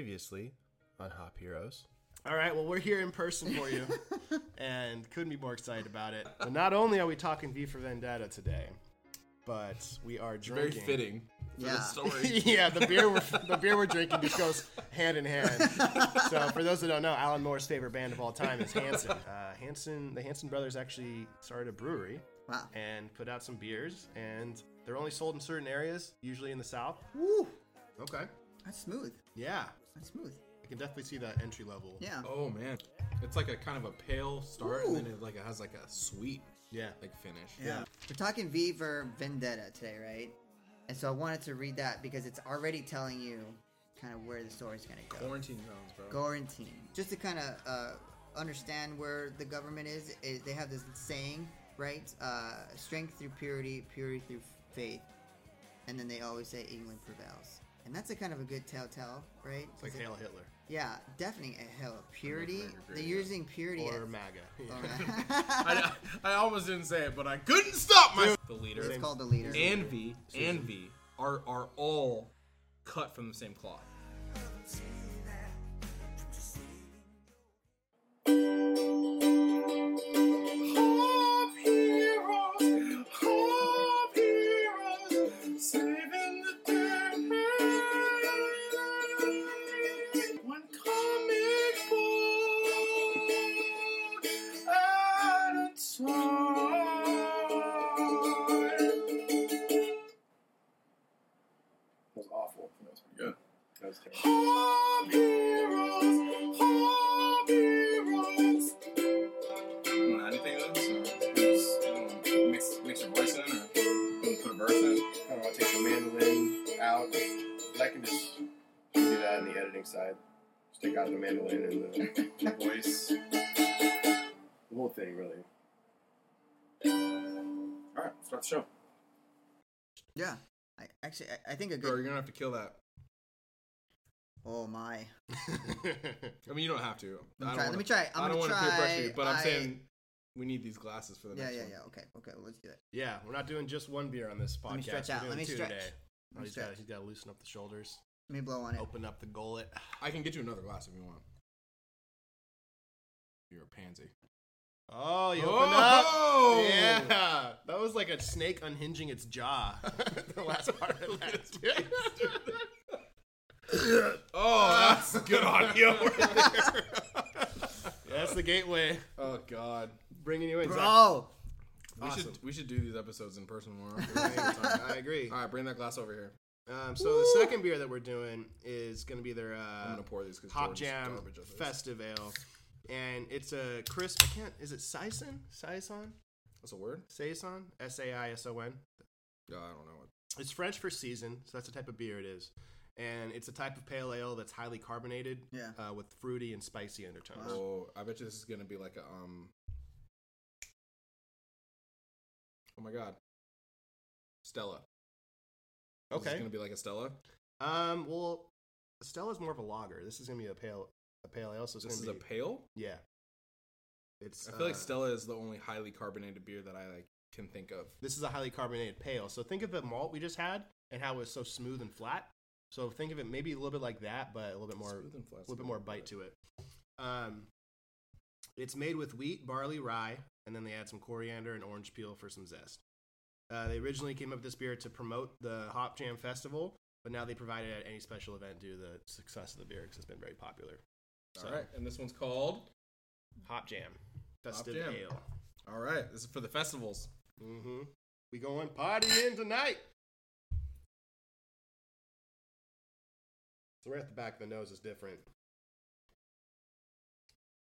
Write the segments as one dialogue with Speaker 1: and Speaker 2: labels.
Speaker 1: previously on Hop Heroes.
Speaker 2: All right, well, we're here in person for you and couldn't be more excited about it. But not only are we talking V for Vendetta today, but we are
Speaker 3: Very
Speaker 2: drinking.
Speaker 3: fitting for
Speaker 4: Yeah.
Speaker 3: the story.
Speaker 2: yeah, the beer we're the beer we're drinking just goes hand in hand. So for those that don't know, Alan Moore's favorite band of all time is Hanson. Uh, Hanson, the Hanson brothers actually started a brewery
Speaker 4: Wow.
Speaker 2: and put out some beers, and they're only sold in certain areas, usually in the South.
Speaker 4: Woo!
Speaker 2: Okay.
Speaker 4: That's smooth.
Speaker 2: Yeah,
Speaker 4: That's smooth.
Speaker 2: I can definitely see that entry level.
Speaker 4: Yeah.
Speaker 3: oh man, it's like a kind of a pale start, and then it like it has like a sweet
Speaker 2: Yeah.
Speaker 3: like finish.
Speaker 4: Yeah. We're talking V for Vendetta today, right? And so I wanted to read that because it's already telling you kind of where the story's going to go.
Speaker 3: Quarantine zones, bro.
Speaker 4: Quarantine. Just to kind of uh, understand where the government is, is, they have this saying, right? Uh, strength through purity, purity through faith. And then they always say England prevails. And that's a kind of a good telltale, right?
Speaker 2: It's like
Speaker 4: 'Cause it-
Speaker 2: Hail Hitler
Speaker 4: yeah, definitely a hell of purity.
Speaker 3: Remember,
Speaker 4: They're
Speaker 3: yeah.
Speaker 4: using purity Oh,
Speaker 2: or
Speaker 4: as,
Speaker 2: MAGA. Yeah.
Speaker 3: I, I almost didn't say it, but I couldn't stop myself. The
Speaker 4: it's
Speaker 3: leader
Speaker 4: called the leader.
Speaker 3: and V and V are are all cut from the same cloth.
Speaker 5: was awful. That was pretty good. That was terrible. I don't know anything of this, or just, you know, mix, mix your voice in, or you know, put a verse in.
Speaker 6: I don't know, take the mandolin out. I can just do that on the editing side. Just take out the mandolin and the, the voice. The whole thing, really.
Speaker 5: All right, start the show.
Speaker 4: Yeah. I, actually, I, I think a
Speaker 3: Bro, you're
Speaker 4: good.
Speaker 3: gonna have to kill that.
Speaker 4: Oh my.
Speaker 3: I mean, you don't have to. I
Speaker 4: Let
Speaker 3: don't
Speaker 4: me try.
Speaker 3: wanna-
Speaker 4: Let me try. I'm
Speaker 3: I don't
Speaker 4: gonna
Speaker 3: want to
Speaker 4: try.
Speaker 3: peer pressure you, but I'm
Speaker 4: I-
Speaker 3: saying we need these glasses for the
Speaker 4: Yeah,
Speaker 3: next
Speaker 4: yeah,
Speaker 3: one.
Speaker 4: yeah. Okay, okay. Well, let's do it.
Speaker 2: yeah, we're not doing just one beer on this podcast.
Speaker 4: Let me stretch
Speaker 2: we're
Speaker 4: out.
Speaker 2: doing
Speaker 4: Let me
Speaker 2: two
Speaker 4: stretch.
Speaker 2: Today.
Speaker 4: Let
Speaker 2: Oh,
Speaker 4: me
Speaker 2: he's got
Speaker 4: stretch.
Speaker 2: he's got to loosen up the shoulders,
Speaker 4: Let me blow on
Speaker 3: Oh,
Speaker 4: it.
Speaker 2: open up the gullet.
Speaker 3: I can get you another glass if you want. You're a pansy.
Speaker 2: Oh, you open up.
Speaker 3: Oh!
Speaker 2: Yeah, that was like a snake unhinging its jaw. the last part of that.
Speaker 3: Oh, that's good audio.
Speaker 2: That's the gateway,
Speaker 3: oh God.
Speaker 2: bringing you in. Zach.
Speaker 4: Bro,
Speaker 3: We
Speaker 2: Awesome.
Speaker 3: should we should do these episodes in person more.
Speaker 2: I agree.
Speaker 3: All right, bring that glass over here.
Speaker 2: Um, so the second beer that we're doing is going to be their
Speaker 3: I'm
Speaker 2: uh,
Speaker 3: gonna pour these because
Speaker 2: Hop Jam Festive Ale, and it's a crisp. I can't. Is it Sison? Sison?
Speaker 3: That's a word?
Speaker 2: Saison? S a i s o n.
Speaker 3: Yeah, I don't know what.
Speaker 2: It's French for season, so that's the type of beer it is, and it's a type of pale ale that's highly carbonated,
Speaker 4: Yeah.
Speaker 2: uh, with fruity and spicy undertones.
Speaker 3: Oh, I bet you this is gonna be like a um. Oh my God. Stella. Is this
Speaker 2: Okay.
Speaker 3: gonna be like a Stella.
Speaker 2: Um. Well, Stella's more of a lager. This is gonna be a pale a pale ale. So it's
Speaker 3: This is
Speaker 2: gonna
Speaker 3: a
Speaker 2: be
Speaker 3: pale.
Speaker 2: yeah. It's.
Speaker 3: I feel like
Speaker 2: uh,
Speaker 3: Stella is the only highly carbonated beer that I like can think of.
Speaker 2: This is a highly carbonated pale. So think of the malt we just had and how it was so smooth and flat. So think of it maybe a little bit like that, but a little bit more,
Speaker 3: Smooth and flat,
Speaker 2: a little
Speaker 3: smooth
Speaker 2: bit more
Speaker 3: and
Speaker 2: bite
Speaker 3: flat.
Speaker 2: to it. Um, it's made with wheat, barley, rye, and then they add some coriander and orange peel for some zest. Uh, they originally came up with this beer to promote the Hop Jam Festival, but now they provide it at any special event due to the success of the beer because it's been very popular. So,
Speaker 3: All right, and this one's called.
Speaker 2: Hop Jam Festive
Speaker 3: Jam.
Speaker 2: Ale.
Speaker 3: All right, this is for the festivals.
Speaker 2: Mm-hmm. We going partying tonight. So right at the back of the nose is different.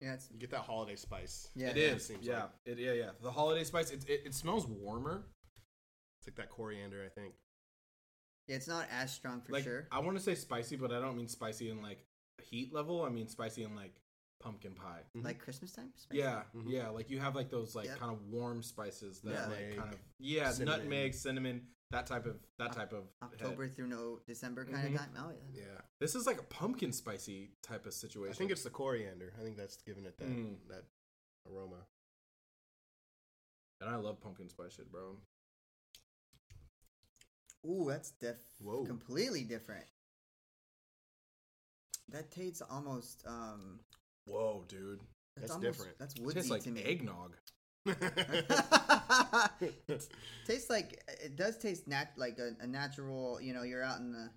Speaker 4: yeah, it's
Speaker 2: You get that holiday spice.
Speaker 4: yeah.
Speaker 3: It
Speaker 4: yeah.
Speaker 3: is,
Speaker 2: seems
Speaker 3: yeah,
Speaker 2: like.
Speaker 3: it, yeah, yeah. The holiday spice. It, it, it smells warmer.
Speaker 2: It's like that coriander, I think.
Speaker 4: Yeah, it's not as strong for
Speaker 3: like um,
Speaker 4: sure.
Speaker 3: I want to say spicy, but I don't mean spicy in like heat level. I mean spicy in like pumpkin pie.
Speaker 4: Like Christmas time. Spicy?
Speaker 3: Yeah,
Speaker 2: Mhm.
Speaker 3: yeah. Like you have like those like
Speaker 4: Yeah.
Speaker 3: kind of warm spices that
Speaker 4: Yeah.
Speaker 3: like kind of
Speaker 2: Nutmeg,
Speaker 3: yeah
Speaker 2: cinnamon.
Speaker 3: nutmeg, cinnamon, that type of that type of head.
Speaker 4: October through no December kind
Speaker 3: Mhm.
Speaker 4: of time. Oh yeah.
Speaker 2: Yeah.
Speaker 3: This is like a pumpkin spicy type of situation.
Speaker 2: I think it's the coriander. I think that's giving it that
Speaker 3: Mm.
Speaker 2: that aroma.
Speaker 3: and I love pumpkin spice shit, bro.
Speaker 4: Ooh, that's diff-
Speaker 2: Whoa.
Speaker 4: completely different. That tastes almost um.
Speaker 3: Whoa, dude.
Speaker 4: That's,
Speaker 2: That's
Speaker 4: almost,
Speaker 2: different.
Speaker 4: That's
Speaker 3: It
Speaker 4: woodsy
Speaker 3: tastes like
Speaker 4: to me.
Speaker 3: eggnog.
Speaker 4: tastes like it does taste nat like a, a natural. You know, you're out in the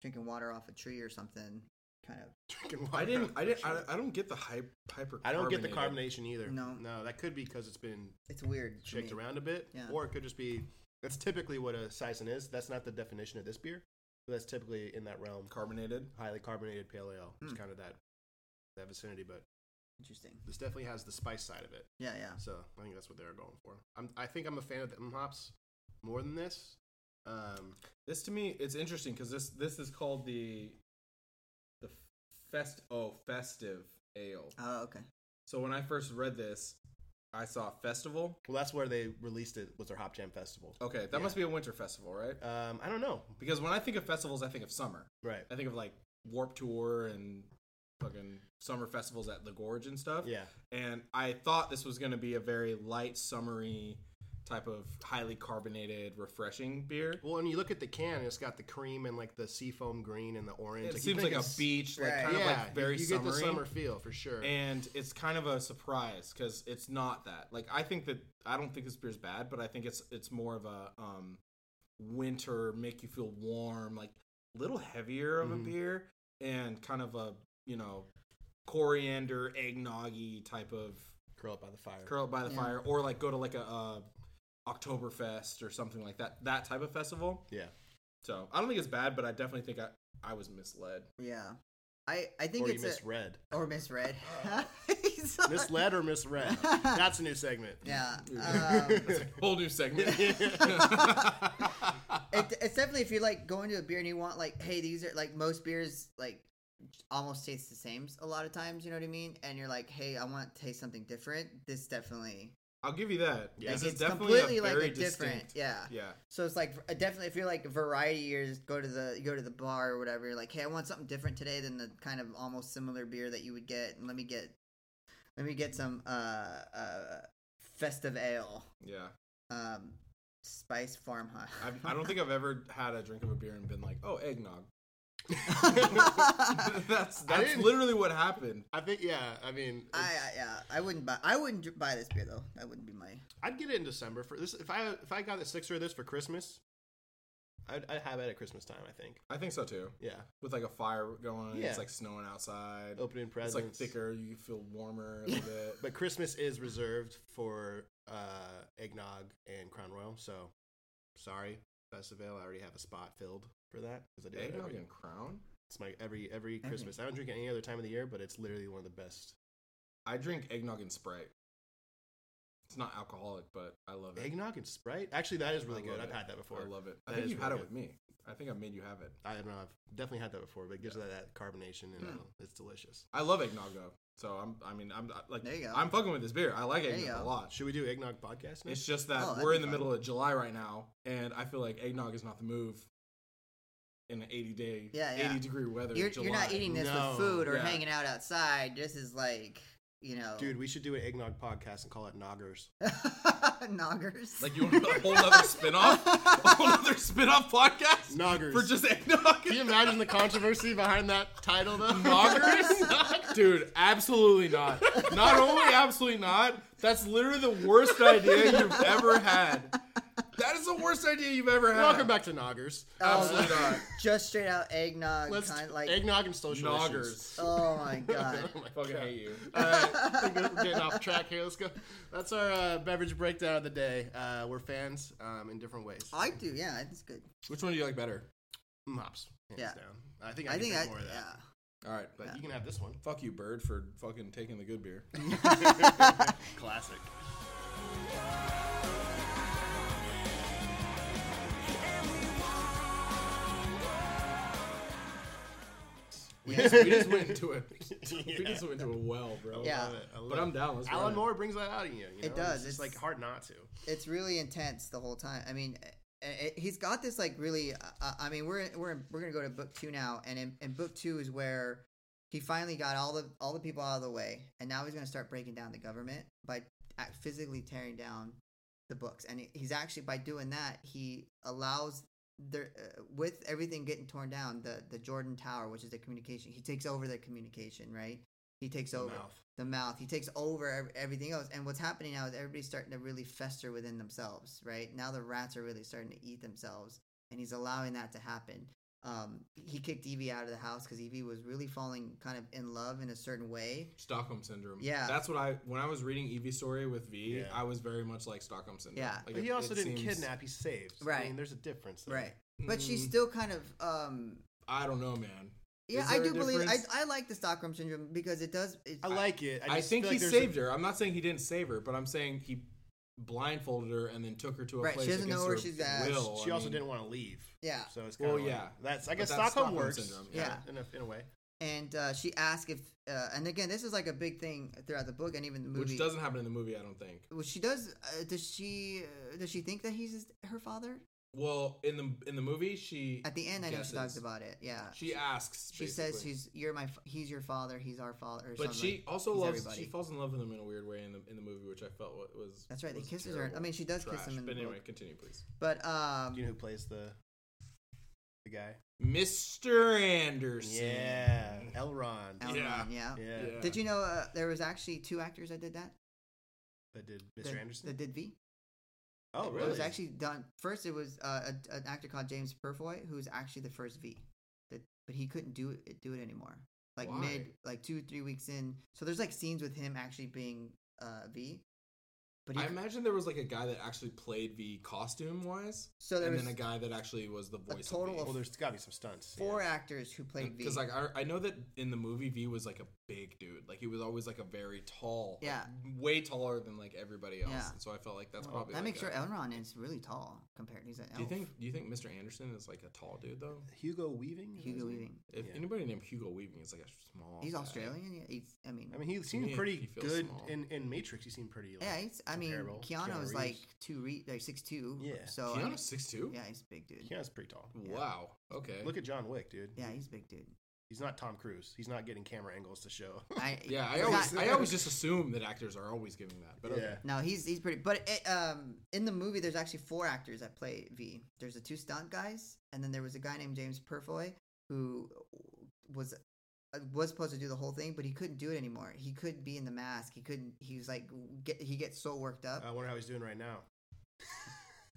Speaker 4: drinking water off a tree or something. Kind of.
Speaker 3: I didn't. I didn't. I, I don't get the hype, hyper.
Speaker 2: I don't get the
Speaker 3: carbonated.
Speaker 2: carbonation either.
Speaker 4: No.
Speaker 2: no, that could be because it's been
Speaker 4: It's weird. to
Speaker 2: shaked
Speaker 4: me.
Speaker 2: around a bit,
Speaker 4: Yeah.
Speaker 2: or it could just be. That's typically what a saison is. That's not the definition of this beer, but that's typically in that realm.
Speaker 3: Carbonated.
Speaker 2: Highly carbonated pale ale. It's
Speaker 4: Hmm.
Speaker 2: kind of that that vicinity, but
Speaker 4: Interesting.
Speaker 2: this definitely has the spice side of it.
Speaker 4: Yeah, yeah.
Speaker 2: So I think that's what they're going for. I'm, I think I'm a fan of the M hops more than this. Um,
Speaker 3: This to me, it's interesting because this this is called the the fest. Oh, festive ale.
Speaker 2: Ah.
Speaker 4: Oh, okay.
Speaker 3: So when I first read this, I saw festival.
Speaker 2: well, that's where they released it was their Hop Jam Festival.
Speaker 3: Okay, that
Speaker 2: Yeah.
Speaker 3: must be a winter festival, right?
Speaker 2: Um, I don't know.
Speaker 3: Because when I think of festivals, I think of summer.
Speaker 2: Right.
Speaker 3: I think of like Warp Tour and fucking summer festivals at the Gorge and stuff.
Speaker 2: Yeah.
Speaker 3: And I thought this was going to be a very light, summery type of highly carbonated, refreshing beer.
Speaker 2: Well, and you look at the can, it's got the cream and like the seafoam green and the orange.
Speaker 3: It
Speaker 2: you
Speaker 3: seems
Speaker 2: think
Speaker 3: like a
Speaker 2: it's-
Speaker 3: beach, like
Speaker 4: Right.
Speaker 3: kind
Speaker 2: yeah,
Speaker 3: of like very
Speaker 2: you, you
Speaker 3: summery.
Speaker 2: get the summer feel for sure.
Speaker 3: And it's kind of a surprise because it's not that. Like I think that I don't think this beer's bad, but I think it's it's more of a um, winter make you feel warm, like little heavier of
Speaker 2: Mhm.
Speaker 3: a beer, and kind of a you know coriander eggnoggy type of
Speaker 2: curl up by the fire.
Speaker 3: curl up by the
Speaker 4: Yeah.
Speaker 3: fire, or like go to like a, uh Oktoberfest or something like that. That type of festival.
Speaker 2: Yeah.
Speaker 3: So I don't think it's bad, but I definitely think I I was misled.
Speaker 4: Yeah. I I think
Speaker 2: Or you
Speaker 4: it's a-
Speaker 2: misread.
Speaker 4: or misread.
Speaker 2: Mislead or misread? That's a new segment.
Speaker 4: Yeah. Um,
Speaker 3: That's a whole new segment.
Speaker 4: it, it's definitely if you like go into a beer and you want like, hey, these are like most beers like almost taste the same a lot of times. You know what I mean? And you're like, hey, I want to taste something different. This definitely.
Speaker 3: I'll give you that.
Speaker 2: Yeah.
Speaker 3: This
Speaker 4: like,
Speaker 3: is definitely a very
Speaker 4: different.
Speaker 3: distinct.
Speaker 4: Yeah.
Speaker 3: Yeah.
Speaker 4: So it's like uh, definitely if you're like variety years, go to the you go to the bar or whatever. You're like, hey, I want something different today than the kind of almost similar beer that you would get. And let me get, let me get some uh, uh festive ale.
Speaker 3: Yeah.
Speaker 4: um spice farmhouse.
Speaker 3: I've, I don't think I've ever had a drink of a beer and been like, oh, eggnog.
Speaker 4: I,
Speaker 3: that's
Speaker 2: I
Speaker 3: that's
Speaker 2: didn't-
Speaker 3: literally what happened.
Speaker 2: I think, yeah, I mean,
Speaker 4: I yeah, I wouldn't buy. I wouldn't dr- buy this beer though. That wouldn't be my.
Speaker 2: I'd get it in December for this. If I if I got a sixer of this for Christmas, I'd, I'd have it at Christmas time. I think.
Speaker 3: I think so too.
Speaker 2: Yeah,
Speaker 3: With like a fire going,
Speaker 2: Yeah.
Speaker 3: it's like snowing outside.
Speaker 2: opening
Speaker 3: it's
Speaker 2: presents.
Speaker 3: like thicker. You feel warmer a little bit.
Speaker 2: But Christmas is reserved for uh, eggnog and Crown Royal. So sorry, Festival. I already have a spot filled for that because I do it
Speaker 3: eggnog Mm-hmm.
Speaker 2: every,
Speaker 3: and crown.
Speaker 2: it's my every every Christmas. I don't drink it any other time of the year, but it's literally one of the best.
Speaker 3: I drink eggnog and Sprite. It's not alcoholic, but I love it.
Speaker 2: Eggnog and Sprite. Actually, that is really
Speaker 3: I love
Speaker 2: good. I've
Speaker 3: it.
Speaker 2: had that before.
Speaker 3: I love it. I
Speaker 2: That
Speaker 3: think
Speaker 2: is
Speaker 3: you've had
Speaker 2: really
Speaker 3: it with me. I think I made you have it. Mm.
Speaker 2: I don't know. I've definitely had that before, but it gives it that carbonation and I don't- it's delicious.
Speaker 3: I love eggnog though. So I'm. I mean, I'm like.
Speaker 4: There you go.
Speaker 3: I'm fucking with this beer. I like
Speaker 4: you
Speaker 3: eggnog a
Speaker 4: go.
Speaker 3: lot.
Speaker 2: Should we do eggnog podcast
Speaker 3: It's
Speaker 2: next?
Speaker 3: just that
Speaker 4: Oh, that'd
Speaker 3: we're
Speaker 4: be
Speaker 3: in the
Speaker 4: fun.
Speaker 3: middle of July right now, and I feel like eggnog is not the move in an 80 day,
Speaker 4: Yeah, yeah.
Speaker 3: 80 degree weather.
Speaker 4: You're,
Speaker 3: July.
Speaker 4: you're not eating this
Speaker 2: No,
Speaker 4: with food or
Speaker 3: yeah.
Speaker 4: hanging out outside. This is like you know,
Speaker 3: uh,
Speaker 2: Dude, we should do an eggnog podcast and call it Noggers.
Speaker 4: noggers.
Speaker 3: Like you want a whole other spinoff, a whole other spinoff podcast
Speaker 2: Noggers.
Speaker 3: for just eggnog.
Speaker 2: Can you imagine the controversy behind that title, though?
Speaker 3: Noggers? Dude, absolutely not. Not only absolutely not, that's literally the worst idea you've ever had. That is the worst idea you've ever had.
Speaker 2: Welcome back to Noggers.
Speaker 3: Absolutely
Speaker 4: Oh,
Speaker 3: not.
Speaker 4: just straight out eggnog.
Speaker 2: Let's
Speaker 4: kind like
Speaker 2: eggnog and social issues.
Speaker 3: Noggers.
Speaker 4: oh my god.
Speaker 2: Oh my
Speaker 3: Fucking
Speaker 2: God.
Speaker 3: hate you.
Speaker 2: All right, I think we're getting off track here. Let's go. That's our uh, beverage breakdown of the day. Uh, we're fans um, in different ways.
Speaker 4: I do, yeah. It's good.
Speaker 3: Which one do you like better?
Speaker 2: Mops, hands
Speaker 4: Yeah.
Speaker 2: down. I think I,
Speaker 4: I,
Speaker 2: can
Speaker 4: think
Speaker 2: drink
Speaker 4: I.
Speaker 2: more of that.
Speaker 4: Yeah.
Speaker 3: All right,
Speaker 2: But you can have this one.
Speaker 3: Fuck you, Bird, for fucking taking the good beer.
Speaker 2: Classic.
Speaker 3: We just, we just went into a we just went into a well, bro.
Speaker 4: Yeah.
Speaker 2: Love it. I love
Speaker 3: But I'm
Speaker 2: it.
Speaker 3: down. Let's run
Speaker 2: Alan
Speaker 3: it.
Speaker 2: Moore brings that out in you. you know?
Speaker 4: It does.
Speaker 2: It's, just,
Speaker 4: It's-
Speaker 2: like hard not to.
Speaker 4: it's really intense the whole time. I mean, eh, eh, he's got this like really. Uh, I mean, we're we're we're gonna go to book two now, and in, in book two is where he finally got all the all the people out of the way, and now he's gonna start breaking down the government by ac- physically tearing down the books. And he- he's actually by doing that, he allows there uh, with everything getting torn down, the the Jordan Tower, which is the communication, he takes over the communication, right? He takes over
Speaker 2: mouth.
Speaker 4: the mouth. He takes over ev- everything else. And what's happening now is everybody's starting to really fester within themselves, right? Now the rats are really starting to eat themselves, and he's allowing that to happen. Um, he kicked Evie out of the house because Evie was really falling kind of in love in a certain way.
Speaker 3: Stockholm syndrome.
Speaker 4: Yeah.
Speaker 3: that's what I when I was reading Evie's story with V, I
Speaker 2: Yeah.
Speaker 3: was very much like Stockholm syndrome.
Speaker 4: Yeah.
Speaker 3: like,
Speaker 2: But he
Speaker 3: it-
Speaker 2: also
Speaker 3: it
Speaker 2: didn't
Speaker 3: seems-
Speaker 2: kidnap. He saved. I
Speaker 4: Right.
Speaker 2: mean, there's a difference. There.
Speaker 4: Right. But she's
Speaker 3: Mm.
Speaker 4: still kind of um
Speaker 3: I don't know, man.
Speaker 4: yeah,
Speaker 3: Is
Speaker 4: I
Speaker 3: there a
Speaker 4: do believe I,
Speaker 3: difference?
Speaker 4: I like the Stockholm syndrome because it does it,
Speaker 2: I like it. I,
Speaker 3: I,
Speaker 2: just
Speaker 3: think
Speaker 2: feel
Speaker 3: he
Speaker 2: like there's
Speaker 3: saved her. I'm not saying he didn't save her, but I'm saying he blindfolded her and then took her to a
Speaker 4: Right, she
Speaker 3: place.
Speaker 4: doesn't know
Speaker 3: against
Speaker 4: where
Speaker 3: her
Speaker 4: she's at.
Speaker 2: A,
Speaker 3: Will.
Speaker 2: she
Speaker 3: I
Speaker 2: also
Speaker 3: mean,
Speaker 2: didn't want to leave.
Speaker 4: yeah.
Speaker 2: So it's kind of
Speaker 3: Well,
Speaker 2: like,
Speaker 3: yeah.
Speaker 2: That's I
Speaker 3: But
Speaker 2: guess
Speaker 3: that's
Speaker 2: Stockholm,
Speaker 3: Stockholm
Speaker 2: works.
Speaker 3: syndrome,
Speaker 4: yeah.
Speaker 2: In, a, in a way.
Speaker 4: And uh, she asked if uh, and again this is like a big thing throughout the book and even the movie.
Speaker 3: which doesn't happen in the movie. I don't think.
Speaker 4: well, she does. Uh, does she? Uh, does she think that he's his, her father?
Speaker 3: Well, in the in the movie, she
Speaker 4: At the end, I know she talks
Speaker 3: guesses.
Speaker 4: about it. Yeah,
Speaker 3: She asks.
Speaker 4: she says
Speaker 3: basically.
Speaker 4: she's you're my f- he's your father, he's our father. Or
Speaker 3: But
Speaker 4: something
Speaker 3: she
Speaker 4: like-
Speaker 3: also
Speaker 4: he's
Speaker 3: loves.
Speaker 4: everybody.
Speaker 3: She falls in love with him in a weird way in the in the movie, which I felt wa- was.
Speaker 4: That's right, he
Speaker 3: was
Speaker 4: kisses her. I
Speaker 3: terrible
Speaker 4: mean, she does kiss
Speaker 3: trash.
Speaker 4: him in
Speaker 3: But
Speaker 4: the
Speaker 3: anyway,
Speaker 4: book.
Speaker 3: continue, please.
Speaker 4: But um,
Speaker 2: Do you know who plays the the guy?
Speaker 3: Mr. Anderson.
Speaker 2: Yeah, Elrond.
Speaker 4: Elrond, yeah.
Speaker 3: Yeah.
Speaker 2: Yeah.
Speaker 3: Yeah.
Speaker 4: Did you know uh, there was actually two actors that did that?
Speaker 2: That did Mr.
Speaker 4: That-
Speaker 2: Anderson.
Speaker 4: That did V.
Speaker 2: oh,
Speaker 4: It
Speaker 2: really?
Speaker 4: was actually done first. It was uh, a, an actor called James Purfoy who was actually the first V, that, but he couldn't do it do it anymore. Like
Speaker 3: Why?
Speaker 4: mid, like two three weeks in. So there's like scenes with him actually being uh, V, but he,
Speaker 3: I imagine there was like a guy that actually played the costume wise,
Speaker 4: so there
Speaker 3: and
Speaker 4: was
Speaker 3: then a guy that actually was the voice.
Speaker 4: total
Speaker 2: Well,
Speaker 3: of
Speaker 4: of
Speaker 2: there's got to be some stunts.
Speaker 4: four actors who played V.
Speaker 3: because like I, I know that in the movie V was like a big dude, like he was always like a very tall, like,
Speaker 4: Yeah.
Speaker 3: way taller than like everybody else.
Speaker 4: Yeah.
Speaker 3: And so I felt like that's
Speaker 4: Well,
Speaker 3: probably
Speaker 4: that
Speaker 3: like,
Speaker 4: makes
Speaker 3: a-
Speaker 4: sure Elrond is really tall compared. He's an elf.
Speaker 3: Do you think do you think Mr. Anderson is like a tall dude though?
Speaker 2: Hugo Weaving. is that
Speaker 4: Hugo
Speaker 2: his name?
Speaker 4: Weaving?
Speaker 3: If
Speaker 2: Yeah.
Speaker 3: anybody named Hugo Weaving is like a small,
Speaker 4: He's
Speaker 3: guy.
Speaker 4: Australian. Yeah, he's. I mean,
Speaker 2: I mean, he seemed
Speaker 3: me,
Speaker 2: pretty
Speaker 3: he feels
Speaker 2: good
Speaker 3: small.
Speaker 2: in, in Matrix. He seemed pretty. Like,
Speaker 4: yeah, he's. I mean,
Speaker 2: comparable. Keanu
Speaker 4: Keanu
Speaker 2: Reeves.
Speaker 4: is like two, re- like six two.
Speaker 2: Yeah.
Speaker 4: So Oh, I mean,
Speaker 3: Keanu's six two.
Speaker 4: yeah, he's a big dude.
Speaker 2: Keanu's pretty tall.
Speaker 3: Wow. Okay.
Speaker 2: Look at John Wick, dude.
Speaker 4: Yeah, he's a big dude.
Speaker 2: He's not Tom Cruise. He's not getting camera angles to show.
Speaker 4: I,
Speaker 3: yeah, I
Speaker 4: he's
Speaker 3: always
Speaker 4: not-
Speaker 3: I always just assume that actors are always giving that, but okay.
Speaker 2: Yeah.
Speaker 4: No, he's he's pretty. But it, um, in the movie, there's actually four actors that play V. There's the two stunt guys, and then there was a guy named James Purfoy who was uh, was supposed to do the whole thing, but he couldn't do it anymore. He couldn't be in the mask. He couldn't. He was like get. He gets so worked up.
Speaker 2: uh, I wonder how he's doing right now.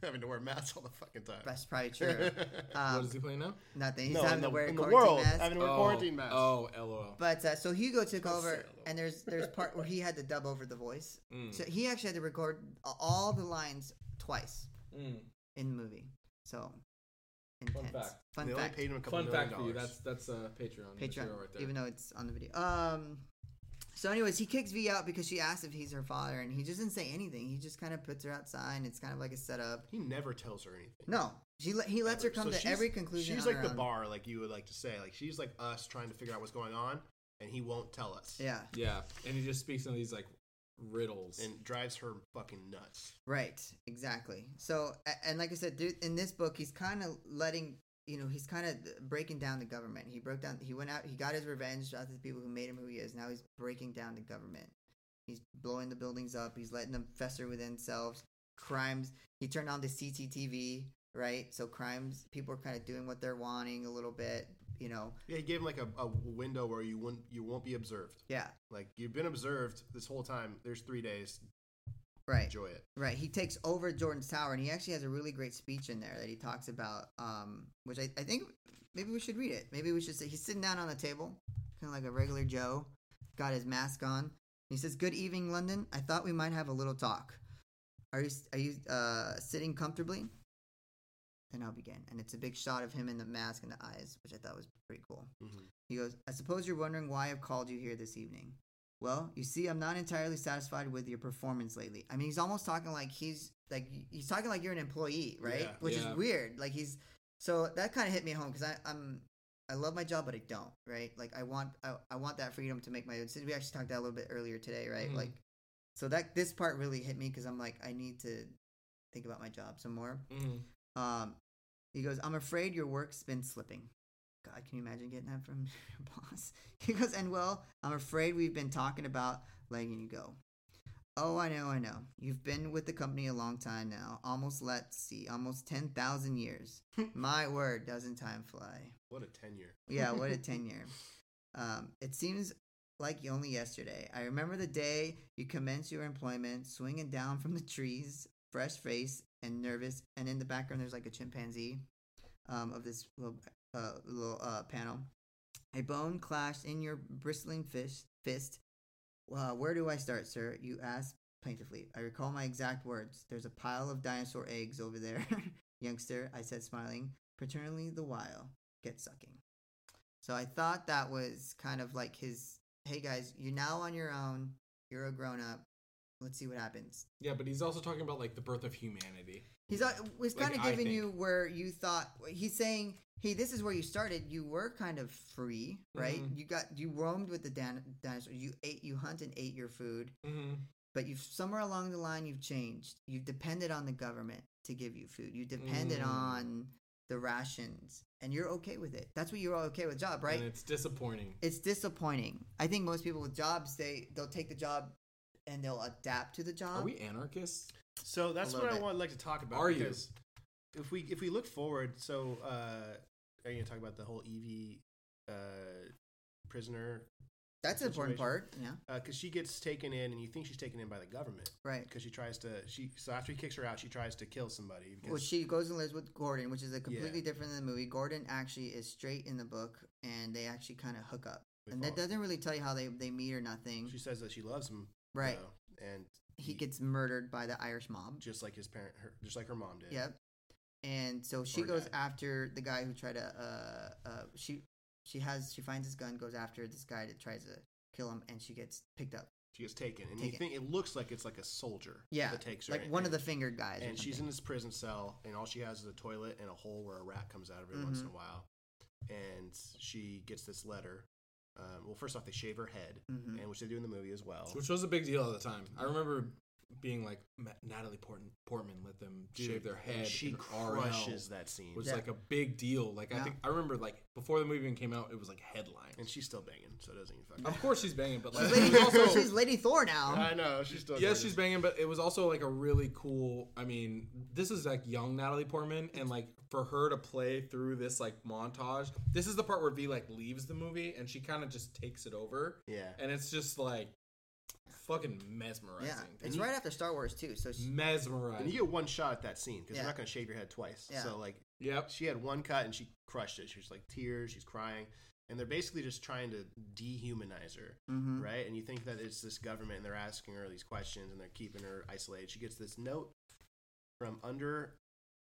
Speaker 2: Having to wear masks all the fucking time.
Speaker 4: That's probably true.
Speaker 3: what
Speaker 4: Um,
Speaker 3: is he playing now?
Speaker 4: nothing. He's
Speaker 2: no,
Speaker 4: having
Speaker 2: in
Speaker 4: to
Speaker 2: the,
Speaker 4: wear a
Speaker 2: in the
Speaker 4: quarantine
Speaker 2: world,
Speaker 4: mask.
Speaker 2: having to wear
Speaker 3: oh,
Speaker 2: quarantine masks.
Speaker 3: Oh, lol.
Speaker 4: But uh, so Hugo took
Speaker 2: Don't
Speaker 4: over,
Speaker 2: say hello.
Speaker 4: and there's there's part where he had to dub over the voice.
Speaker 2: Hmm.
Speaker 3: Mm.
Speaker 4: So he actually had to record a- all the lines twice
Speaker 3: Mm.
Speaker 4: in the movie. So intense.
Speaker 3: fact.
Speaker 4: Fun
Speaker 2: they
Speaker 4: fact.
Speaker 2: only paid him a couple
Speaker 3: Fun
Speaker 2: million
Speaker 3: fact for you.
Speaker 2: dollars.
Speaker 3: That's that's uh, Patreon.
Speaker 4: Patreon,
Speaker 3: material right there.
Speaker 4: even though it's on the video. Um. So, anyways, he kicks V out because she asked if he's her father, and he just didn't say anything. He just kind of puts her outside. It's kind of like a setup.
Speaker 2: He never tells her anything.
Speaker 4: No, she le- he lets her come
Speaker 2: So
Speaker 4: to
Speaker 2: she's-
Speaker 4: every conclusion.
Speaker 2: She's
Speaker 4: on
Speaker 2: like
Speaker 4: her
Speaker 2: the
Speaker 4: own.
Speaker 2: bar, like you would like to say. Like she's like us trying to figure out what's going on, and he won't tell us.
Speaker 4: Yeah.
Speaker 3: yeah, and he just speaks in these like riddles.
Speaker 2: And drives her fucking nuts.
Speaker 4: Right, exactly. So, a- and like I said, dude, in this book, he's kind of letting you know he's kind of breaking down the government. He broke down. He went out. He got his revenge out of the people who made him who he is. Now he's breaking down the government. He's blowing the buildings up. He's letting them fester within themselves. Crimes. He turned on the CCTV, right? So crimes. People are kind of doing what they're wanting a little bit. You know.
Speaker 2: Yeah, he gave him like a, a window where you won't you won't be observed.
Speaker 4: Yeah.
Speaker 2: Like you've been observed this whole time. There's three days.
Speaker 4: Right.
Speaker 2: Enjoy it.
Speaker 4: Right, he takes over Jordan's tower, and he actually has a really great speech in there that he talks about, um, which I, I think maybe we should read it. Maybe we should say he's sitting down on a table, kind of like a regular Joe, got his mask on. He says, "Good evening, London. I thought we might have a little talk. Are you are you uh, sitting comfortably?" Then I'll begin, and it's a big shot of him in the mask and the eyes, which I thought was pretty cool.
Speaker 2: Mm-hmm.
Speaker 4: He goes, "I suppose you're wondering why I've called you here this evening." Well, you see, I'm not entirely satisfied with your performance lately. I mean, he's almost talking like he's like he's talking like you're an employee, right?
Speaker 2: Yeah.
Speaker 4: Which
Speaker 3: Yeah.
Speaker 4: is weird. Like he's so that kind of hit me home because I'm I love my job, but I don't, right? Like I want I, I want that freedom to make my own decisions. We actually talked that a little bit earlier today, right?
Speaker 3: Mhm.
Speaker 4: Like so that this part really hit me because I'm like I need to think about my job some more.
Speaker 3: Mhm.
Speaker 4: Um, he goes, I'm afraid your work's been slipping. God, can you imagine getting that from your boss? He goes, and well, I'm afraid we've been talking about letting you go. Oh, I know, I know. You've been with the company a long time now. Almost, let's see, almost 10,000 years. My word, doesn't time fly.
Speaker 2: What a tenure.
Speaker 4: Yeah, what a tenure. Um, it seems like only yesterday. I remember the day you commenced your employment, swinging down from the trees, fresh face and nervous. And in the background, there's like a chimpanzee um, of this little, uh, little uh, panel. A bone clashed in your bristling fist. fist. Well, where do I start, sir? You asked plaintively. I recall my exact words. There's a pile of dinosaur eggs over there, youngster, I said, smiling, paternally the while. Get sucking. So I thought that was kind of like his hey guys, you're now on your own. You're a grown up. Let's see what happens.
Speaker 3: Yeah, but he's also talking about like the birth of humanity.
Speaker 4: He's uh, was
Speaker 3: Like,
Speaker 4: kind of
Speaker 3: I
Speaker 4: giving
Speaker 3: think.
Speaker 4: you where you thought he's saying, "Hey, this is where you started. You were kind of free, right?
Speaker 3: Mhm.
Speaker 4: You got you roamed with the dan- dinosaurs. You ate, you hunt and ate your food,
Speaker 3: Mm-hmm.
Speaker 4: but you've somewhere along the line you've changed. You've depended on the government to give you food. You depended
Speaker 3: Mm.
Speaker 4: on the rations, and you're okay with it. That's what you're all okay with, job, right?
Speaker 3: And it's disappointing.
Speaker 4: it's disappointing. I think most people with jobs they they'll take the job and they'll adapt to the job.
Speaker 3: Are we anarchists?
Speaker 2: So that's
Speaker 4: A
Speaker 2: what
Speaker 4: little
Speaker 2: I
Speaker 4: bit.
Speaker 2: would like to talk about.
Speaker 3: Are you?
Speaker 2: because If we if we look forward, so uh, are you gonna talk about the whole Evie uh, prisoner?
Speaker 4: That's an important
Speaker 2: situation.
Speaker 4: part. Yeah.
Speaker 2: Because she gets taken in, and you think she's taken in by the government
Speaker 4: Right.
Speaker 2: because she tries to she. So after he kicks her out, she tries to kill somebody. Because
Speaker 4: Well, she goes and lives with Gordon, which is a completely different than the movie. Gordon actually is straight in the book, and they actually kind of hook up.
Speaker 2: we
Speaker 4: And that
Speaker 2: follow-
Speaker 4: doesn't really tell you how they, they meet or nothing.
Speaker 2: She says that she loves him,
Speaker 4: right.
Speaker 2: though, and
Speaker 4: He gets murdered by the Irish mob.
Speaker 2: just like his parent, her, just like her mom did.
Speaker 4: Yep. And so she
Speaker 2: Or
Speaker 4: goes
Speaker 2: dad.
Speaker 4: after the guy who tried to. Uh, uh, she she has she finds his gun, goes after this guy that tries to kill him, and she gets picked up.
Speaker 2: She gets taken, and you
Speaker 4: Taken.
Speaker 2: think it looks like it's like a soldier.
Speaker 4: Yeah,
Speaker 2: that takes her,
Speaker 4: like
Speaker 2: in,
Speaker 4: one of
Speaker 2: and-
Speaker 4: the fingered guys. or
Speaker 2: and she's in
Speaker 4: something.
Speaker 2: this prison cell, and all she has is a toilet and a hole where a rat comes out every once in a
Speaker 4: Mm-hmm.
Speaker 2: while. And she gets this letter. Um, well, first off, they shave her head,
Speaker 4: Mhm.
Speaker 2: and which they do in the movie as well.
Speaker 3: Which was a big deal at the time. I remember being like, "Ma- Natalie Portman, Portman let them shave their
Speaker 2: and
Speaker 3: head.
Speaker 2: She
Speaker 3: in
Speaker 2: crushes
Speaker 3: RL
Speaker 2: that scene,
Speaker 3: Was
Speaker 4: Yeah.
Speaker 3: like a big deal. Like
Speaker 4: Yeah.
Speaker 3: I think I remember like before the movie even came out, it was like headlines.
Speaker 2: and she's still banging, so it doesn't even fucking.
Speaker 3: of course she's banging, but like
Speaker 4: She's
Speaker 3: it
Speaker 4: Lady,
Speaker 3: was also
Speaker 4: she's Lady Thor now.
Speaker 2: I know she's still.
Speaker 3: yes, she's banging, but it was also like a really cool. I mean, this is like young Natalie Portman, and like for her to play through this like montage. This is the part where V like leaves the movie, and she kind of just takes it over,
Speaker 2: Yeah,
Speaker 3: and it's just like fucking mesmerizing.
Speaker 4: yeah, it's right after Star Wars too. So she,
Speaker 3: mesmerizing.
Speaker 2: and you get one shot at that scene because
Speaker 4: Yeah.
Speaker 2: you're not going to shave your head twice.
Speaker 4: Yeah.
Speaker 2: So like,
Speaker 3: yep.
Speaker 2: she had one cut and she crushed it. She was like tears, she's crying, and they're basically just trying to dehumanize her.
Speaker 4: mhm.
Speaker 2: right? And you think that it's this government and they're asking her these questions and they're keeping her isolated. She gets this note from under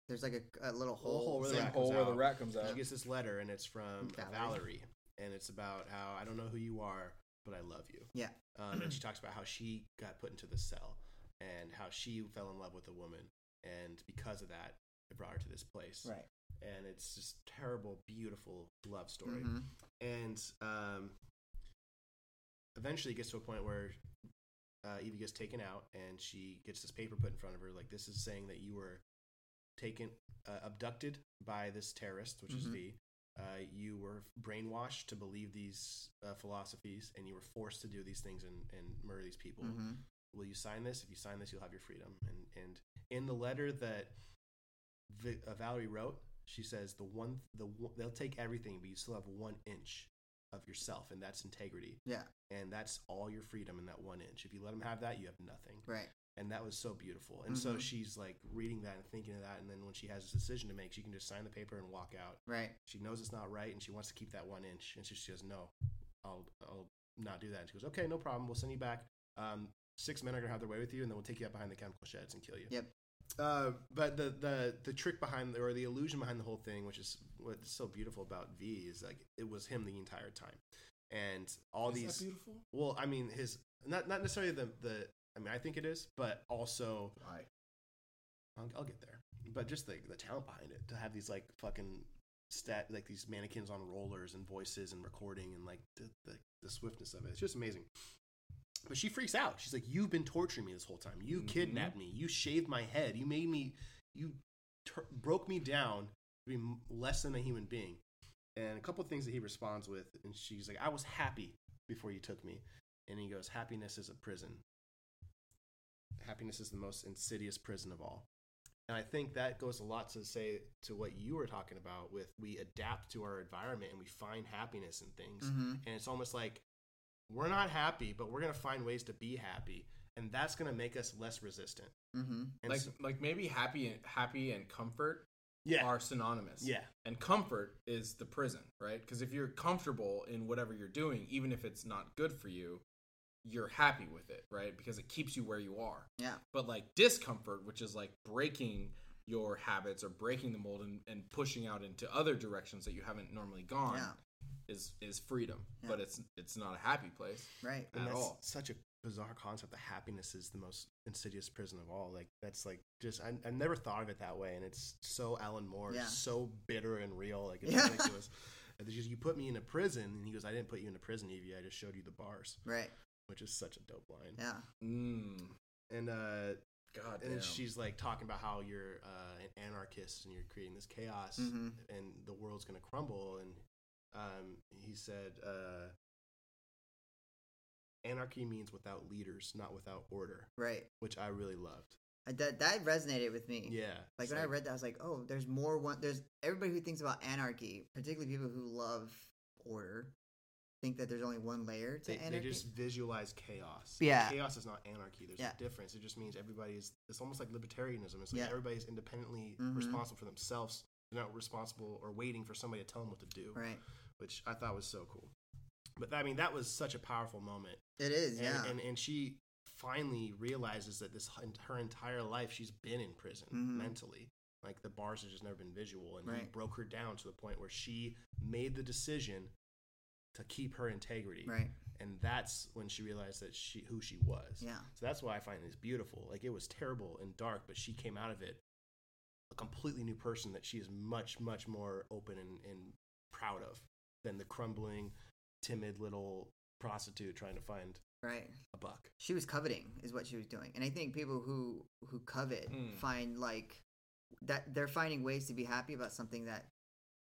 Speaker 4: there's like a, a
Speaker 2: Little
Speaker 4: little
Speaker 2: hole
Speaker 4: hole.
Speaker 2: where
Speaker 4: thing.
Speaker 2: the rat comes out.
Speaker 3: rat comes
Speaker 2: She gets this letter and it's from
Speaker 4: Uh, Valerie.
Speaker 2: Valerie. and it's about how I don't know who you are, but I love you.
Speaker 4: Yeah.
Speaker 2: Um, and she talks about how she got put into this cell and how she fell in love with a woman, and because of that, it brought her to this place.
Speaker 4: Right.
Speaker 2: And it's just terrible, beautiful love story.
Speaker 4: Mhm.
Speaker 2: and um, eventually it gets to a point where uh, Evie gets taken out, and she gets this paper put in front of her, like this is saying that you were taken, uh, abducted by this terrorist, which is
Speaker 4: Mhm.
Speaker 2: V. Uh, you were brainwashed to believe these uh, philosophies, and you were forced to do these things and, and murder these people
Speaker 4: Mhm.
Speaker 2: will you sign this? If you sign this, you'll have your freedom. And and in the letter that Vi- uh, Valerie wrote, she says the one the one- they'll take everything, but you still have one inch of yourself, and that's integrity,
Speaker 4: Yeah.
Speaker 2: and that's all your freedom in that one inch. If you let them have that, you have nothing.
Speaker 4: Right.
Speaker 2: And that was so beautiful. And so
Speaker 4: Mhm.
Speaker 2: she's like reading that and thinking of that, and then when she has this decision to make, she can just sign the paper and walk out.
Speaker 4: Right.
Speaker 2: She knows it's not right, and she wants to keep that one inch, and so she goes, "No, I'll I'll not do that." And she goes, "Okay, no problem. We'll send you back. Um, six men are gonna have their way with you, and then we'll take you out behind the chemical sheds and kill you."
Speaker 4: Yep.
Speaker 2: Uh, but the the the trick behind or the illusion behind the whole thing, which is what's so beautiful about V, is like it was him the entire time, and all
Speaker 3: Is that
Speaker 2: these.
Speaker 3: beautiful?
Speaker 2: Well, I mean, his not not necessarily the the. I mean, I think it is, but also
Speaker 3: Why?
Speaker 2: I'll, I'll get there. But just the the talent behind it to have these like fucking stat like these mannequins on rollers and voices and recording and like the, the, the swiftness of it. It's just amazing. But she freaks out. She's like, "You've been torturing me this whole time. You
Speaker 3: Mhm.
Speaker 2: kidnapped me. You shaved my head. You made me. You tur broke me down to be m- less than a human being." And a couple of things that he responds with, and she's like, "I was happy before you took me," and he goes, "Happiness is a prison." happiness is the most insidious prison of all. And I think that goes a lot to say to what you were talking about with we adapt to our environment and we find happiness in things.
Speaker 4: Mhm.
Speaker 2: And it's almost like we're not happy, but we're going to find ways to be happy. And that's going to make us less resistant.
Speaker 4: Mm-hmm.
Speaker 2: And
Speaker 3: like
Speaker 2: so-
Speaker 3: like maybe happy and happy and comfort
Speaker 2: yeah.
Speaker 3: are synonymous.
Speaker 2: yeah.
Speaker 3: And comfort is the prison, right? Because if you're comfortable in whatever you're doing, even if it's not good for you, you're happy with it, right? Because it keeps you where you are.
Speaker 4: Yeah.
Speaker 3: But like discomfort, which is like breaking your habits or breaking the mold and, and pushing out into other directions that you haven't normally gone
Speaker 4: Yeah.
Speaker 3: is is freedom.
Speaker 4: Yeah.
Speaker 3: But it's it's not a happy place.
Speaker 4: Right.
Speaker 2: And
Speaker 3: at
Speaker 2: that's
Speaker 3: all.
Speaker 2: such a bizarre concept that happiness is the most insidious prison of all. Like that's like just I, I never thought of it that way, and it's so Alan Moore,
Speaker 4: Yeah.
Speaker 2: it's so bitter and real. Like it's
Speaker 4: Yeah.
Speaker 2: ridiculous. And it's just, you put me in a prison, and he goes, "I didn't put you in a prison, Evie. I just showed you the bars,"
Speaker 4: Right.
Speaker 2: which is such a dope line.
Speaker 4: Yeah.
Speaker 3: Mm.
Speaker 2: And uh,
Speaker 3: God
Speaker 2: and
Speaker 3: damn.
Speaker 2: then she's like talking about how you're uh, an anarchist and you're creating this chaos
Speaker 4: Mhm.
Speaker 2: and the world's gonna crumble. And um, he said, uh, "Anarchy means without leaders, not without order,"
Speaker 4: Right.
Speaker 2: which I really loved.
Speaker 4: I- That that resonated with me.
Speaker 2: Yeah,
Speaker 4: Like
Speaker 2: it's
Speaker 4: when I read that, I was like, oh, there's more. One. There's everybody who thinks about anarchy, particularly people who love order, think that there's only one layer to
Speaker 2: they, they
Speaker 4: anarchy.
Speaker 2: just visualize chaos.
Speaker 4: Yeah.
Speaker 2: chaos is not anarchy. There's
Speaker 4: Yeah.
Speaker 2: a difference. It just means everybody's. It's almost like libertarianism. It's like
Speaker 4: Yeah.
Speaker 2: everybody's independently
Speaker 4: Mhm.
Speaker 2: responsible for themselves. They're not responsible or waiting for somebody to tell them what to do,
Speaker 4: Right.
Speaker 2: which I thought was so cool. But I mean, that was such a powerful moment.
Speaker 4: It is.
Speaker 2: and,
Speaker 4: Yeah.
Speaker 2: and and she finally realizes that this her entire life she's been in prison
Speaker 4: Mhm.
Speaker 2: mentally like the bars have just never been visual and he
Speaker 4: Right.
Speaker 2: broke her down to the point where she made the decision to keep her integrity
Speaker 4: right.
Speaker 2: and that's when she realized that she who she was
Speaker 4: Yeah.
Speaker 2: so that's why i find this beautiful like it was terrible and dark but she came out of it a completely new person that she is much much more open and, and proud of than the crumbling timid little prostitute trying to find
Speaker 4: Right.
Speaker 2: a buck.
Speaker 4: She was coveting, is what she was doing, and I think people who who covet
Speaker 3: Mm.
Speaker 4: find like that they're finding ways to be happy about something that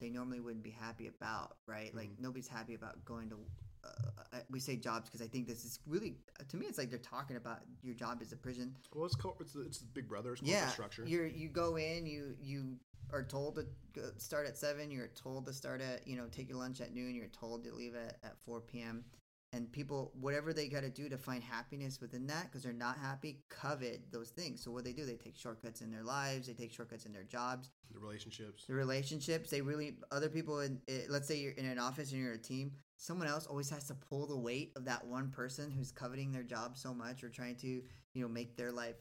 Speaker 4: they normally wouldn't be happy about. Right. Like nobody's happy about going to. Uh, uh, we say jobs because I think this is really to me. It's like they're talking about your job as a prison.
Speaker 2: Well, it's called, it's, the, it's the Big Brother. It's corporate
Speaker 4: yeah,
Speaker 2: structure.
Speaker 4: you you go in, you you are told to go- start at seven. You're told to start at you know take your lunch at noon. You're told to leave at at four p.m. And people, whatever they got to do to find happiness within that, because they're not happy, covet those things. So what they do, they take shortcuts in their lives. They take shortcuts in their jobs,
Speaker 2: the relationships.
Speaker 4: the relationships. They really other people in. eh, Let's say you're in an office and you're a team. Someone else always has to pull the weight of that one person who's coveting their job so much or trying to you know make their life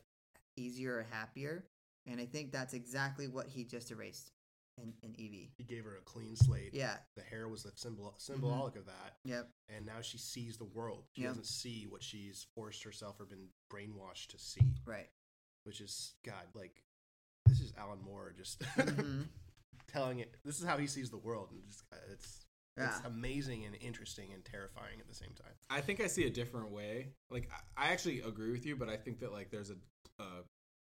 Speaker 4: easier or happier. And I think that's exactly what he just erased in, in E Evie.
Speaker 2: He gave her a clean slate.
Speaker 4: Yeah. Mm-hmm.
Speaker 2: The hair was the symbol symbolic of that,
Speaker 4: Yep.
Speaker 2: and now she sees the world. She
Speaker 4: Yeah.
Speaker 2: doesn't see what she's forced herself or been brainwashed to see,
Speaker 4: Right.
Speaker 2: which is God. Like this is Alan Moore just
Speaker 4: hmm
Speaker 2: telling it. This is how he sees the world, and just, uh, it's
Speaker 4: Yeah.
Speaker 2: it's amazing and interesting and terrifying at the same time.
Speaker 3: I think I see a different way. Like I- I actually agree with you, but I think that like there's a uh,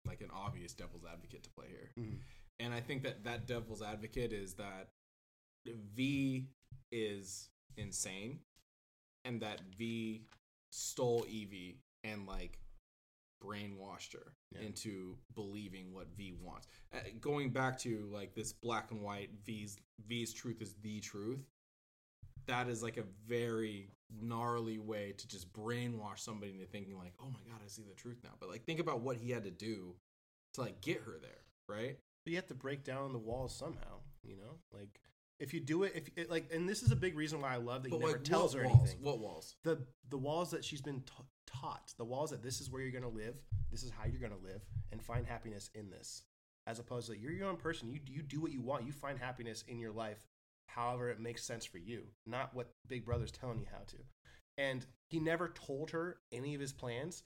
Speaker 3: like an obvious devil's advocate to play here,
Speaker 2: Mhm.
Speaker 3: and I think that that devil's advocate is that V is insane, and that V stole Evie and like brainwashed her
Speaker 2: Yeah.
Speaker 3: into believing what V wants. Uh, going back to like this black and white V's V's truth is the truth that is like a very gnarly way to just brainwash somebody into thinking like, oh my god, I see the truth now. But like, think about what he had to do to like get her there, right?
Speaker 2: But you have to break down the walls somehow. You know, like if you do it, if it, like, and this is a big reason why I love that he
Speaker 3: but
Speaker 2: never
Speaker 3: like,
Speaker 2: tells
Speaker 3: what
Speaker 2: her
Speaker 3: walls?
Speaker 2: anything.
Speaker 3: What walls?
Speaker 2: the the walls that she's been ta taught, the walls that this is where you're going to live, this is how you're going to live, and find happiness in this, as opposed to you're your own person. You you do what you want. You find happiness in your life, however it makes sense for you, not what Big Brother's telling you how to. And he never told her any of his plans,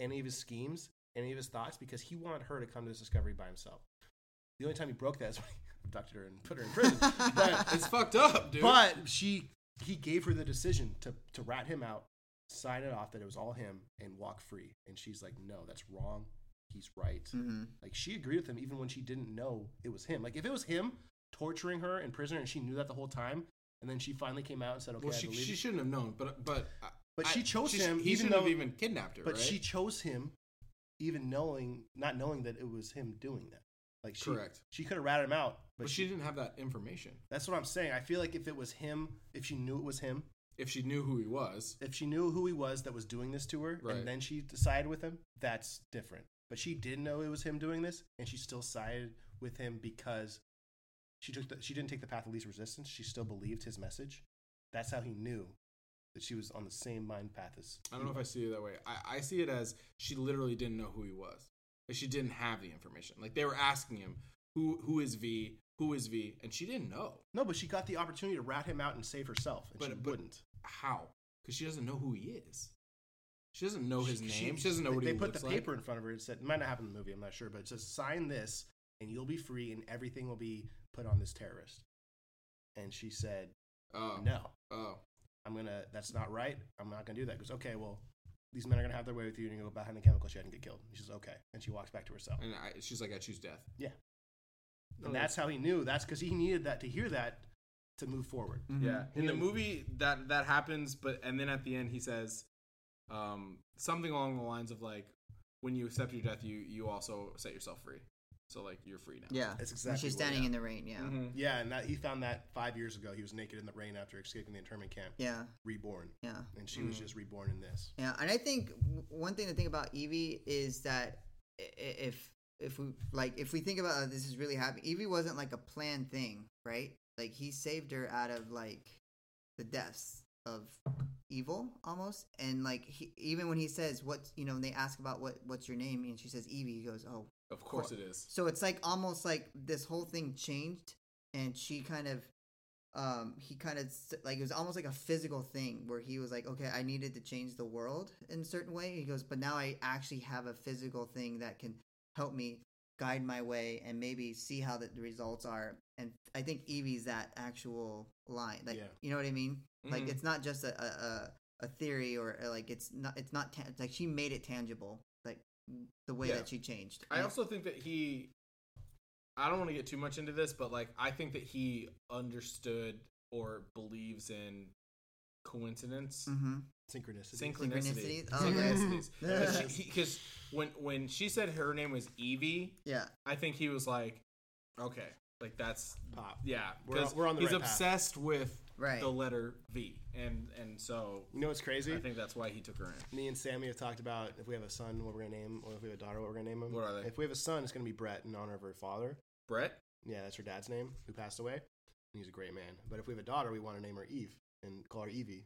Speaker 2: any of his schemes, any of his thoughts, because he wanted her to come to this discovery by himself. The only time he broke that is when he abducted her and put her in prison. but
Speaker 3: It's fucked up, dude.
Speaker 2: but she he gave her the decision to to rat him out, sign it off that it was all him, and walk free. And she's like, no, that's wrong. He's right.
Speaker 4: hmm
Speaker 2: Like she agreed with him even when she didn't know it was him. Like if it was him torturing her in prison and she knew that the whole time, and then she finally came out and said, okay,
Speaker 3: well,
Speaker 2: I
Speaker 3: she,
Speaker 2: believe.
Speaker 3: she
Speaker 2: you."
Speaker 3: shouldn't have known. But but
Speaker 2: But
Speaker 3: I-
Speaker 2: she chose
Speaker 3: she,
Speaker 2: him
Speaker 3: He
Speaker 2: even
Speaker 3: shouldn't have
Speaker 2: though-
Speaker 3: even kidnapped her.
Speaker 2: but
Speaker 3: right?
Speaker 2: she chose him even knowing not knowing that it was him doing that. Like she,
Speaker 3: Correct.
Speaker 2: She could have ratted him out, but,
Speaker 3: But
Speaker 2: she,
Speaker 3: she didn't have that information.
Speaker 2: That's what I'm saying. I feel like if it was him, if she knew it was him,
Speaker 3: If she knew who he was,
Speaker 2: if she knew who he was that was doing this to her,
Speaker 3: Right.
Speaker 2: and then she sided with him, that's different. But she didn't know it was him doing this, and she still sided with him because she took the, she didn't take the path of least resistance. She still believed his message. That's how he knew that she was on the same mind path as.
Speaker 3: I don't know if I see it that way. I, I see it as she literally didn't know who he was. Like she didn't have the information. Like they were asking him, who who is V? Who is V? And she didn't know
Speaker 2: No, but she got the opportunity to rat him out and save herself, and
Speaker 3: But-
Speaker 2: she
Speaker 3: but-
Speaker 2: wouldn't.
Speaker 3: how because she doesn't know who he is. She doesn't know his
Speaker 2: She-
Speaker 3: name. She, doesn't know
Speaker 2: they,
Speaker 3: what
Speaker 2: they
Speaker 3: he
Speaker 2: put
Speaker 3: looks
Speaker 2: the
Speaker 3: like.
Speaker 2: paper in front of her. It said, it might not happen in the movie. I'm not sure, but it says sign this, and you'll be free, and everything will be put on this terrorist. And she said,
Speaker 3: Oh,
Speaker 2: no.
Speaker 3: Oh,
Speaker 2: I'm gonna. That's not right. I'm not gonna do that. Goes okay. Well, these men are gonna have their way with you, and you go behind the chemical shed and get killed. And she's okay, and she walks back to herself.
Speaker 3: and I, she's like, I choose death.
Speaker 2: Yeah.
Speaker 3: No,
Speaker 2: And that's how he knew. That's because he needed that to hear that to move forward.
Speaker 4: Mm-hmm.
Speaker 3: Yeah. In the
Speaker 2: Yeah.
Speaker 3: movie that that happens, but and then at the end he says um something along the lines of like when you accept your death you you also set yourself free. So like you're free now.
Speaker 4: Yeah,
Speaker 2: That's
Speaker 4: When
Speaker 2: exactly
Speaker 4: she's
Speaker 2: what-
Speaker 4: standing
Speaker 2: yeah. Mm-hmm.
Speaker 4: in the rain. Yeah,
Speaker 3: Mhm.
Speaker 2: Yeah, and that he found that five years ago. He was naked in the rain after escaping the internment camp,
Speaker 4: yeah,
Speaker 2: reborn,
Speaker 4: yeah,
Speaker 2: and she
Speaker 3: Mm.
Speaker 2: was just reborn in this.
Speaker 4: yeah. And I think w- one thing to think about Evie is that i- i- if if we like if we think about oh, this is really happening, Evie wasn't like a planned thing, right? Like he saved her out of like the depths of evil almost and like he, even when he says what you know when they ask about what what's your name and she says evie he goes oh
Speaker 3: Of course it is.
Speaker 4: So it's like almost like this whole thing changed, and she kind of, um, he kind of s- like it was almost like a physical thing where he was like, okay, I needed to change the world in a certain way. He goes, but now I actually have a physical thing that can help me guide my way and maybe see how the, the results are. And I think Evie's that actual line, like
Speaker 2: Yeah.
Speaker 4: you know what I mean. Like
Speaker 3: Mhm.
Speaker 4: it's not just a a, a, a theory or, or, like it's not it's not ta- it's like she made it tangible, like the way
Speaker 3: Yeah.
Speaker 4: that she changed.
Speaker 3: I also think that he I don't want to get too much into this, but like I think that he understood or believes in coincidence.
Speaker 4: hmm
Speaker 2: Synchronicity.
Speaker 3: Synchronicity.
Speaker 4: Synchronicities? Oh, okay. Yeah.
Speaker 3: Because when when she said her name was Evie,
Speaker 4: Yeah.
Speaker 3: I think he was like, okay, like that's
Speaker 2: Pop.
Speaker 3: yeah.
Speaker 2: We're-
Speaker 3: 'cause
Speaker 2: we're on the
Speaker 3: He's
Speaker 2: right path.
Speaker 3: obsessed with
Speaker 4: Right.
Speaker 3: the letter V, and and so
Speaker 2: You know what's crazy?
Speaker 3: I think that's why he took her in.
Speaker 2: Me and Sammy have talked about if we have a son, what we're gonna name, or if we have a daughter, what we're gonna name him.
Speaker 3: What are they?
Speaker 2: If we have a son, it's gonna be Brett in honor of her father.
Speaker 3: Brett.
Speaker 2: Yeah, that's her dad's name, who passed away. And he's a great man. But if we have a daughter, we want to name her Eve and call her Evie,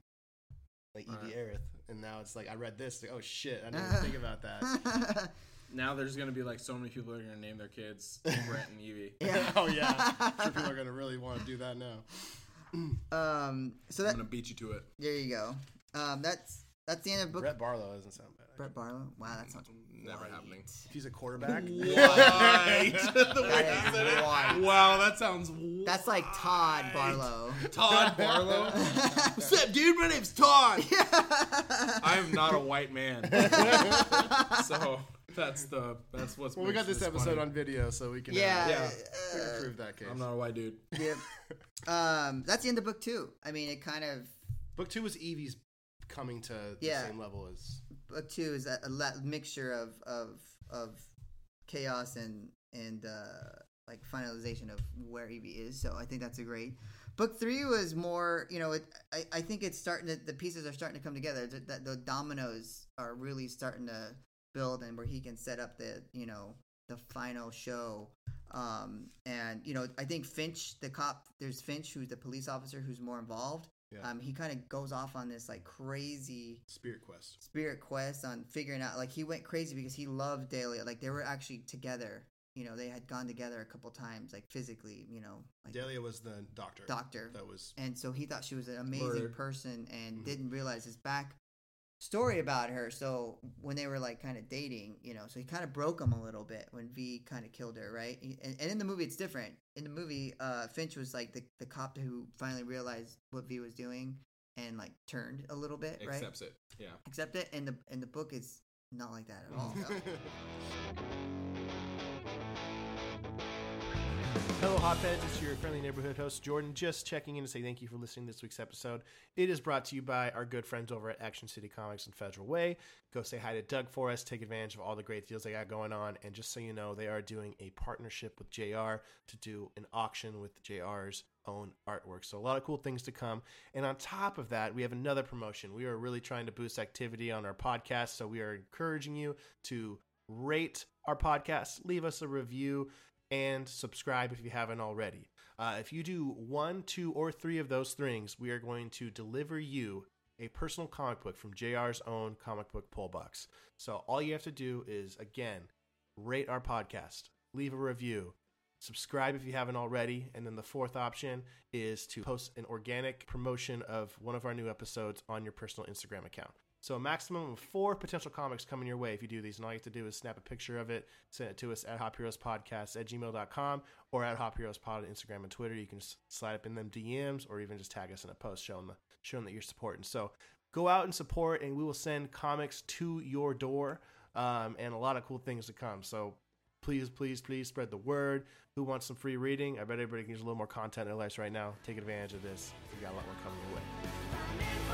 Speaker 2: like Evie
Speaker 3: Alright.
Speaker 2: Aerith. And now it's like I read this, like, oh shit, I didn't even think about that.
Speaker 3: Now there's gonna be like so many people that are gonna name their kids Brett and Evie.
Speaker 4: yeah.
Speaker 2: oh yeah, I'm sure people are gonna really want to do that now.
Speaker 4: Um. So
Speaker 3: I'm
Speaker 4: that
Speaker 3: gonna beat you to it.
Speaker 4: there you go. Um. That's that's the end of book. Brett,
Speaker 2: Brett Barlow doesn't sound bad.
Speaker 4: Barlow. Wow, that sounds
Speaker 3: Never
Speaker 4: white.
Speaker 3: happening.
Speaker 2: If he's a quarterback,
Speaker 3: White. the way
Speaker 4: That
Speaker 3: you
Speaker 4: is
Speaker 3: said it.
Speaker 4: white.
Speaker 3: Wow, that sounds.
Speaker 4: That's like Todd Barlow.
Speaker 3: Todd Barlow. What's up, dude? My name's Todd. I am not a white man. so that's the that's what's.
Speaker 2: well, we got
Speaker 3: makes
Speaker 2: this episode
Speaker 3: funny.
Speaker 2: on video, so we can uh,
Speaker 4: yeah.
Speaker 3: Yeah.
Speaker 2: we can prove that case.
Speaker 3: I'm not a white dude.
Speaker 4: uh, yep. Um. That's the end of book two. I mean, it kind of
Speaker 2: Book two was Evie's coming to the
Speaker 4: Yeah.
Speaker 2: same level as
Speaker 4: book two uh, is a, a la- mixture of of of chaos and and uh, like finalization of where Evie is. So I think that's a great. Book three was more, you know, it, I I think it's starting to the pieces are starting to come together. The, the, the dominoes are really starting to build, and where he can set up the you know the final show. Um, and you know, I think Finch, the cop, there's Finch, who's the police officer, who's more involved.
Speaker 2: Yeah.
Speaker 4: Um, he kind of goes off on this like crazy
Speaker 2: Spirit Quest.
Speaker 4: spirit quest on figuring out like he went crazy because he loved Dahlia. Like they were actually together. You know, they had gone together a couple times, like physically, you know, like
Speaker 2: Delia was the doctor.
Speaker 4: doctor.
Speaker 2: That was Mm-hmm.
Speaker 4: And so he thought she was an amazing
Speaker 3: Murdered.
Speaker 4: person and didn't realize his back story about her. So when they were like kind of dating, you know, so he kind of broke him a little bit when V kind of killed her, right? He- And, and in the movie, it's different. In the movie, uh, Finch was like the, the cop who finally realized what V was doing and like turned a little bit, right?
Speaker 3: Accepts it. Yeah.
Speaker 4: Except that in the in the book is not like that at all.
Speaker 2: Hello, Hopheads. It's your friendly neighborhood host, Jordan, just checking in to say thank you for listening to this week's episode. It is brought to you by our good friends over at Action City Comics and Federal Way. Go say hi to Doug for us, take advantage of all the great deals they got going on. And just so you know, they are doing a partnership with JR to do an auction with JR's own artwork. So, a lot of cool things to come. And on top of that, we have another promotion. We are really trying to boost activity on our podcast. So, we are encouraging you to rate our podcast, leave us a review, and subscribe if you haven't already. Uh, if you do one, two, or three of those things, we are going to deliver you a personal comic book from JR's own comic book pull box. So all you have to do is, again, rate our podcast, leave a review, subscribe if you haven't already, and then the fourth option is to post an organic promotion of one of our new episodes on your personal Instagram account. So a maximum of four potential comics coming your way if you do these. And all you have to do is snap a picture of it, send it to us at hopheroespodcast at gmail.com or at hopheroespod on Instagram and Twitter. You can s- slide up in them DMs or even just tag us in a post showing, the, showing that you're supporting. So go out and support, and we will send comics to your door um, and a lot of cool things to come. So please, please, please spread the word. Who wants some free reading? I bet everybody can use a little more content in their lives right now. Take advantage of this. we got a lot more coming your way.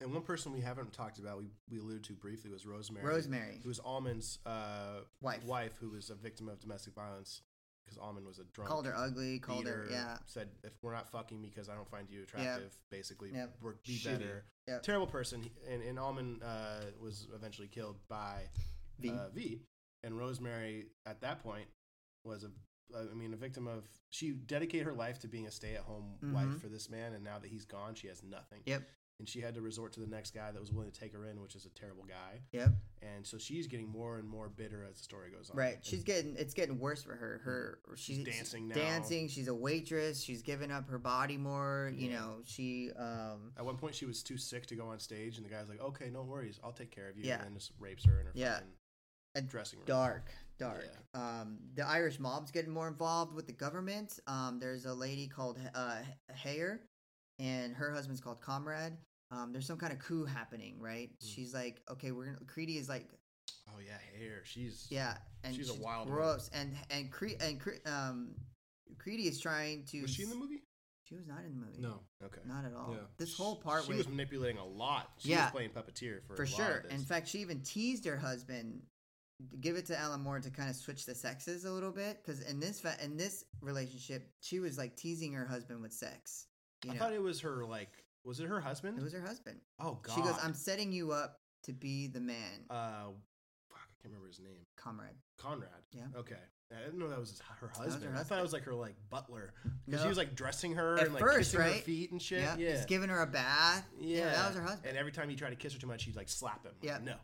Speaker 2: And one person we haven't talked about, we, we alluded to briefly, was Rosemary.
Speaker 4: Rosemary.
Speaker 2: Who was Almond's uh,
Speaker 4: Wife.
Speaker 2: who was a victim of domestic violence because Almond was a drunk.
Speaker 4: Called her ugly. Called
Speaker 2: beat
Speaker 4: her. Yeah.
Speaker 2: Said, if we're not fucking because I don't find you attractive, basically,
Speaker 4: Yep.
Speaker 2: work, be
Speaker 3: Shitty.
Speaker 2: better.
Speaker 4: Yep.
Speaker 2: Terrible person. He- And, and Almond uh, was eventually killed by
Speaker 4: V.
Speaker 2: Uh, v. And Rosemary, at that point, was a, I mean, a victim of, she dedicated her life to being a stay at home wife
Speaker 4: Mhm.
Speaker 2: for this man. And now that he's gone, she has nothing
Speaker 4: Yep.
Speaker 2: and she had to resort to the next guy that was willing to take her in, which is a terrible guy.
Speaker 4: Yep.
Speaker 2: And so she's getting more and more bitter as the story goes on.
Speaker 4: Right.
Speaker 2: And
Speaker 4: She's getting it's getting worse for her. Her she's,
Speaker 2: dancing now.
Speaker 4: Dancing. She's a waitress. She's giving up her body more. You
Speaker 2: Yeah.
Speaker 4: know. She um.
Speaker 2: at one point, she was too sick to go on stage, and the guy's like, "Okay, no worries, I'll take care of you."
Speaker 4: Yeah.
Speaker 2: And then just rapes her in her
Speaker 4: Yeah.
Speaker 2: fucking
Speaker 4: And
Speaker 2: dressing room.
Speaker 4: Dark. Dark. Um. The Irish mob's getting more involved with the government. Um. There's a lady called uh Hayer, and her husband's called Comrade. Um. There's some kind of coup happening, right?
Speaker 2: Mm.
Speaker 4: She's like, okay, we're gonna. Creedy is like,
Speaker 2: Oh yeah, hair. She's
Speaker 4: yeah, and
Speaker 2: She's a wild one.
Speaker 4: gross. And and Cre- and Cre- um, Creedy is trying to.
Speaker 2: Was she in the
Speaker 4: s-
Speaker 2: movie?
Speaker 4: She was not in the movie.
Speaker 3: No.
Speaker 2: Okay.
Speaker 4: Not at all.
Speaker 3: Yeah.
Speaker 4: This whole part
Speaker 2: she
Speaker 4: was,
Speaker 2: was manipulating a lot. She
Speaker 4: Yeah.
Speaker 2: was playing puppeteer for
Speaker 4: for
Speaker 2: a Lot
Speaker 4: sure.
Speaker 2: of this.
Speaker 4: In fact, she even teased her husband. Give it to Alan Moore to kind of switch the sexes a little bit, because in this fa- in this relationship, she was like teasing her husband with sex. You
Speaker 2: I
Speaker 4: know,
Speaker 2: thought it was her. Like, was it her husband?
Speaker 4: it was her husband.
Speaker 2: oh god.
Speaker 4: She goes, "I'm setting you up to be the man,
Speaker 2: Uh, fuck, I can't remember his name.
Speaker 4: comrade."
Speaker 2: Conrad.
Speaker 4: Yeah.
Speaker 2: Okay. I didn't know that was his- her
Speaker 4: was her
Speaker 2: husband. I thought it was like her like butler because
Speaker 4: No.
Speaker 2: he was like dressing her
Speaker 4: At
Speaker 2: and like
Speaker 4: first,
Speaker 2: kissing her
Speaker 4: right?
Speaker 2: feet and shit.
Speaker 4: yeah,
Speaker 2: Yeah. Yeah.
Speaker 4: he's giving her a bath. Yeah, that was her husband.
Speaker 2: And every time he tried to kiss her too much, he'd like slap him. Like,
Speaker 4: Yeah.
Speaker 2: No.
Speaker 4: Yep.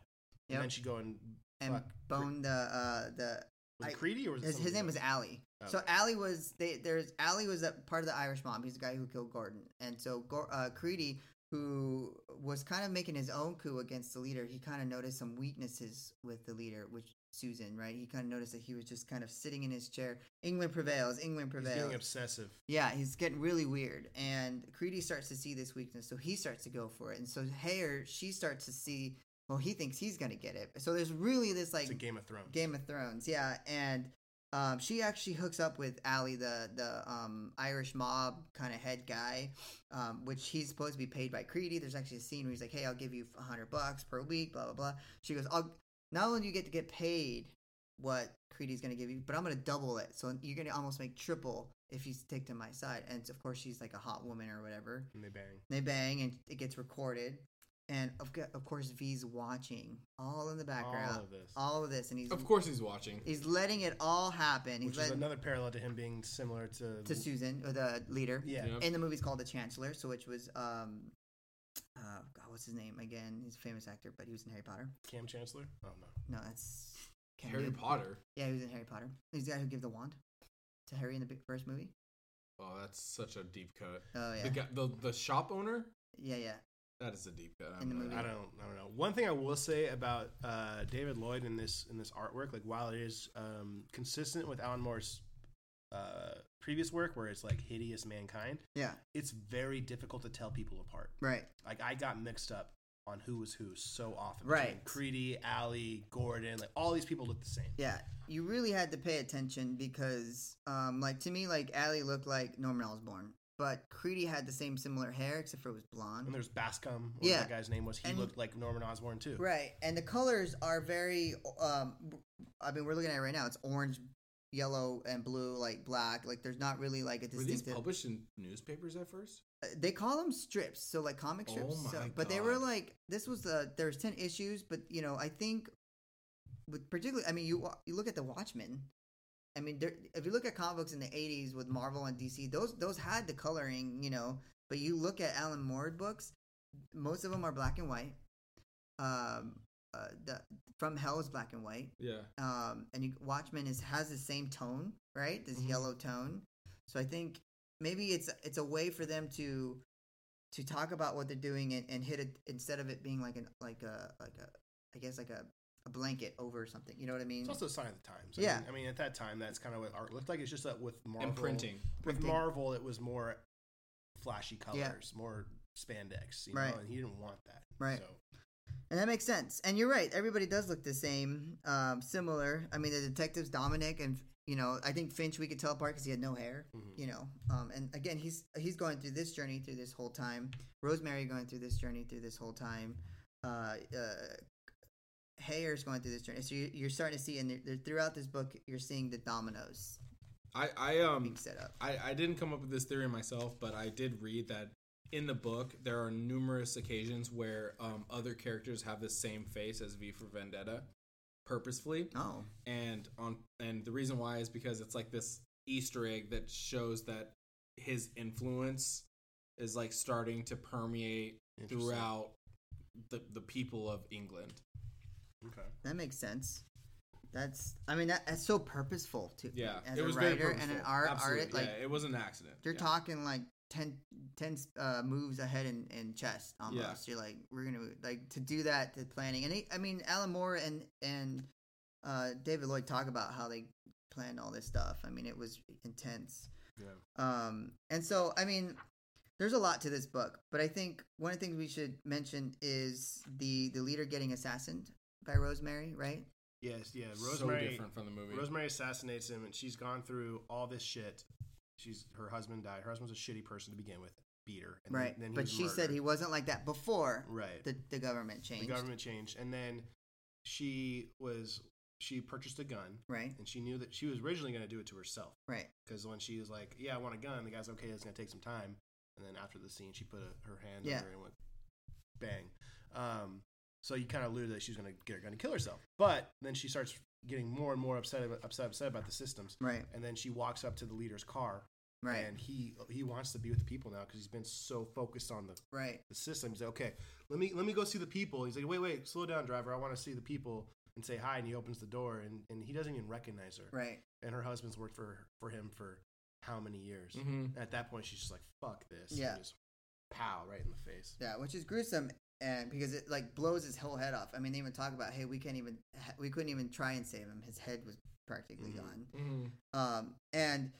Speaker 2: And then she'd go and
Speaker 4: and
Speaker 2: fuck.
Speaker 4: bone the uh the
Speaker 2: was
Speaker 4: I-
Speaker 2: it Creedy or was it
Speaker 4: his, his
Speaker 2: somebody
Speaker 4: name was
Speaker 2: else?
Speaker 4: Allie. So Allie was they there's Allie was a part of the Irish mob. He's the guy who killed Gordon, and so Gor- uh, Creedy, who was kind of making his own coup against the leader, he kind of noticed some weaknesses with the leader, which Susan, right? He kind of noticed that he was just kind of sitting in his chair. England prevails. England
Speaker 2: He's
Speaker 4: prevails.
Speaker 2: getting obsessive.
Speaker 4: Yeah, he's getting really weird. And Creedy starts to see this weakness, so he starts to go for it. And so Hayer, she starts to see, well, he thinks he's going to get it. So there's really this like
Speaker 2: It's a Game of Thrones.
Speaker 4: Game of Thrones, yeah. And um, she actually hooks up with Ali, the the um, Irish mob kind of head guy, um, which he's supposed to be paid by Creedy. There's actually a scene where he's like, "Hey, I'll give you hundred bucks per week," blah blah blah. She goes, "I'll not only do you get to get paid what Creedy's gonna give you, but I'm gonna double it. So you're gonna almost make triple if you stick to my side." And of course, she's like a hot woman or whatever.
Speaker 2: and they bang.
Speaker 4: They bang and it gets recorded. And of, co- of course, V's watching all in the background,
Speaker 2: All of this.
Speaker 4: all of this, and he's
Speaker 3: Of course he's watching.
Speaker 4: He's letting it all happen. He's
Speaker 2: Which is
Speaker 4: letting
Speaker 2: another parallel to him being similar to.
Speaker 4: to Susan, or the leader.
Speaker 2: yeah.
Speaker 3: Yeah.
Speaker 4: And the movie's called The Chancellor, so which was um, uh, God, what's his name again? He's a famous actor, but he was in Harry Potter.
Speaker 2: Cam Chancellor? Oh, no.
Speaker 4: No, that's can't
Speaker 3: Harry
Speaker 4: be-
Speaker 3: Potter.
Speaker 4: Yeah, he was in Harry Potter. He's the guy who gave the wand to Harry in the big- first movie.
Speaker 3: Oh, that's such a deep cut.
Speaker 4: Oh yeah,
Speaker 3: The, guy, the the shop owner.
Speaker 4: yeah, yeah.
Speaker 3: That is a deep cut.
Speaker 4: In the
Speaker 3: not-
Speaker 4: movie.
Speaker 2: I don't, I don't know. One thing I will say about uh, David Lloyd in this in this artwork, like while it is um, consistent with Alan Moore's uh, previous work, where it's like hideous mankind,
Speaker 4: Yeah,
Speaker 2: it's very difficult to tell people apart.
Speaker 4: right.
Speaker 2: Like I got mixed up on who was who so often.
Speaker 4: Right.
Speaker 2: Between Creedy, Alley, Gordon, like all these people look the same.
Speaker 4: Yeah, you really had to pay attention because, um, like to me, like Allie looked like Norman Osborn, but Creedy had the same similar hair except for it was blonde.
Speaker 2: And there's Bascom, whatever
Speaker 4: Yeah.
Speaker 2: that guy's name was. He
Speaker 4: And-
Speaker 2: looked like Norman Osborn too.
Speaker 4: Right, and the colors are very. Um, I mean, we're looking at it right now. It's orange, yellow, and blue, like black. Like there's not really like a
Speaker 3: Were these
Speaker 4: distinctive.
Speaker 3: published in newspapers at first?
Speaker 4: Uh, they call them strips, so like comic
Speaker 3: Oh
Speaker 4: strips. so,
Speaker 3: my
Speaker 4: But they were
Speaker 3: God.
Speaker 4: like this was uh there's ten issues, but you know I think, with particularly I mean you wa- you look at the Watchmen. I mean, there, if you look at comic books in the '80s with Marvel and DC, those those had the coloring, you know. But you look at Alan Moore books; most of them are black and white. Um, uh, the From Hell is black and white
Speaker 3: Yeah.
Speaker 4: um, and you, Watchmen is has the same tone, right? This
Speaker 2: Mhm.
Speaker 4: yellow tone. So I think maybe it's it's a way for them to to talk about what they're doing and, and hit it instead of it being like an like a like a I guess like a, a blanket over something. You know what I mean?
Speaker 2: It's also a sign of the times. I
Speaker 4: Yeah.
Speaker 2: Mean, I mean, at that time, that's kind of what art looked like. It's just that with Marvel.
Speaker 3: And printing.
Speaker 2: With
Speaker 4: Printing.
Speaker 2: Marvel, it was more flashy colors,
Speaker 4: Yeah.
Speaker 2: more spandex, you know,
Speaker 4: Right.
Speaker 2: and he didn't want that.
Speaker 4: Right.
Speaker 2: So
Speaker 4: And that makes sense. And you're right. Everybody does look the same, um, similar. I mean, the detectives Dominic and you know, I think Finch we could tell apart because he had no hair.
Speaker 2: Mhm.
Speaker 4: You know, um, and again, he's he's going through this journey through this whole time. Rosemary going through this journey through this whole time. Uh, uh, Hayer's going through this journey. So you, you're starting to see, and they're, they're, throughout this book, you're seeing the dominoes
Speaker 3: I I um
Speaker 4: being set up.
Speaker 3: I, I didn't come up with this theory myself, but I did read that in the book there are numerous occasions where um, other characters have the same face as V for Vendetta purposefully,
Speaker 4: Oh,
Speaker 3: and on and the reason why is because it's like this Easter egg that shows that his influence is like starting to permeate
Speaker 2: Interesting.
Speaker 3: throughout the the people of England.
Speaker 2: Okay.
Speaker 4: that makes sense. That's, I mean, that, that's so purposeful too.
Speaker 3: Yeah,
Speaker 4: as a writer and an
Speaker 3: purposeful.
Speaker 4: art,
Speaker 3: Absolutely,
Speaker 4: art like
Speaker 3: yeah, it was an accident.
Speaker 4: They're
Speaker 3: yeah.
Speaker 4: talking like 10, 10 uh, moves ahead in, in chess almost. You're like, we're gonna like to do that to planning. And he, I mean, Alan Moore and and uh, David Lloyd talk about how they planned all this stuff. I mean, it was intense.
Speaker 2: Yeah.
Speaker 4: Um, and so I mean, there's a lot to this book, but I think one of the things we should mention is the the leader getting assassinated by Rosemary, right?
Speaker 2: Yes. Yeah.
Speaker 3: so
Speaker 2: Rosemary.
Speaker 3: different from the movie.
Speaker 2: Rosemary assassinates him, and she's gone through all this shit. She's her husband died. Her husband's a shitty person to begin with. Beat her. And Then,
Speaker 4: right.
Speaker 2: then he
Speaker 4: but
Speaker 2: was
Speaker 4: she said he
Speaker 2: murdered.
Speaker 4: wasn't like that before
Speaker 2: Right.
Speaker 4: the the government changed.
Speaker 2: the government changed, and then she was she purchased a gun,
Speaker 4: Right.
Speaker 2: and she knew that she was originally going to do it to herself.
Speaker 4: Right.
Speaker 2: Because when she was like, "Yeah, I want a gun," the guy's okay. It's gonna take some time. And then after the scene, she put a, her hand
Speaker 4: Yeah.
Speaker 2: over and went bang. Um, so you kind of alluded that she was gonna get her gun and kill herself. But then she starts getting more and more upset, ab- upset, upset about the systems.
Speaker 4: Right.
Speaker 2: And then she walks up to the leader's car,
Speaker 4: Right.
Speaker 2: and he he wants to be with the people now because he's been so focused on the
Speaker 4: right.
Speaker 2: the system. He's like, okay, let me let me go see the people. He's like, wait, wait, slow down, driver. I want to see the people and say hi. And he opens the door, and, and he doesn't even recognize her.
Speaker 4: Right.
Speaker 2: And her husband's worked for for him for how many years?
Speaker 3: Mhm.
Speaker 2: And at that point, she's just like, fuck this. and
Speaker 4: Yeah.
Speaker 2: just pow right in the face.
Speaker 4: Yeah, which is gruesome, and because it like blows his whole head off. I mean, they even talk about, hey, we can't even, we couldn't even try and save him. His head was practically
Speaker 2: Mhm.
Speaker 4: gone.
Speaker 3: Mhm.
Speaker 4: Um, and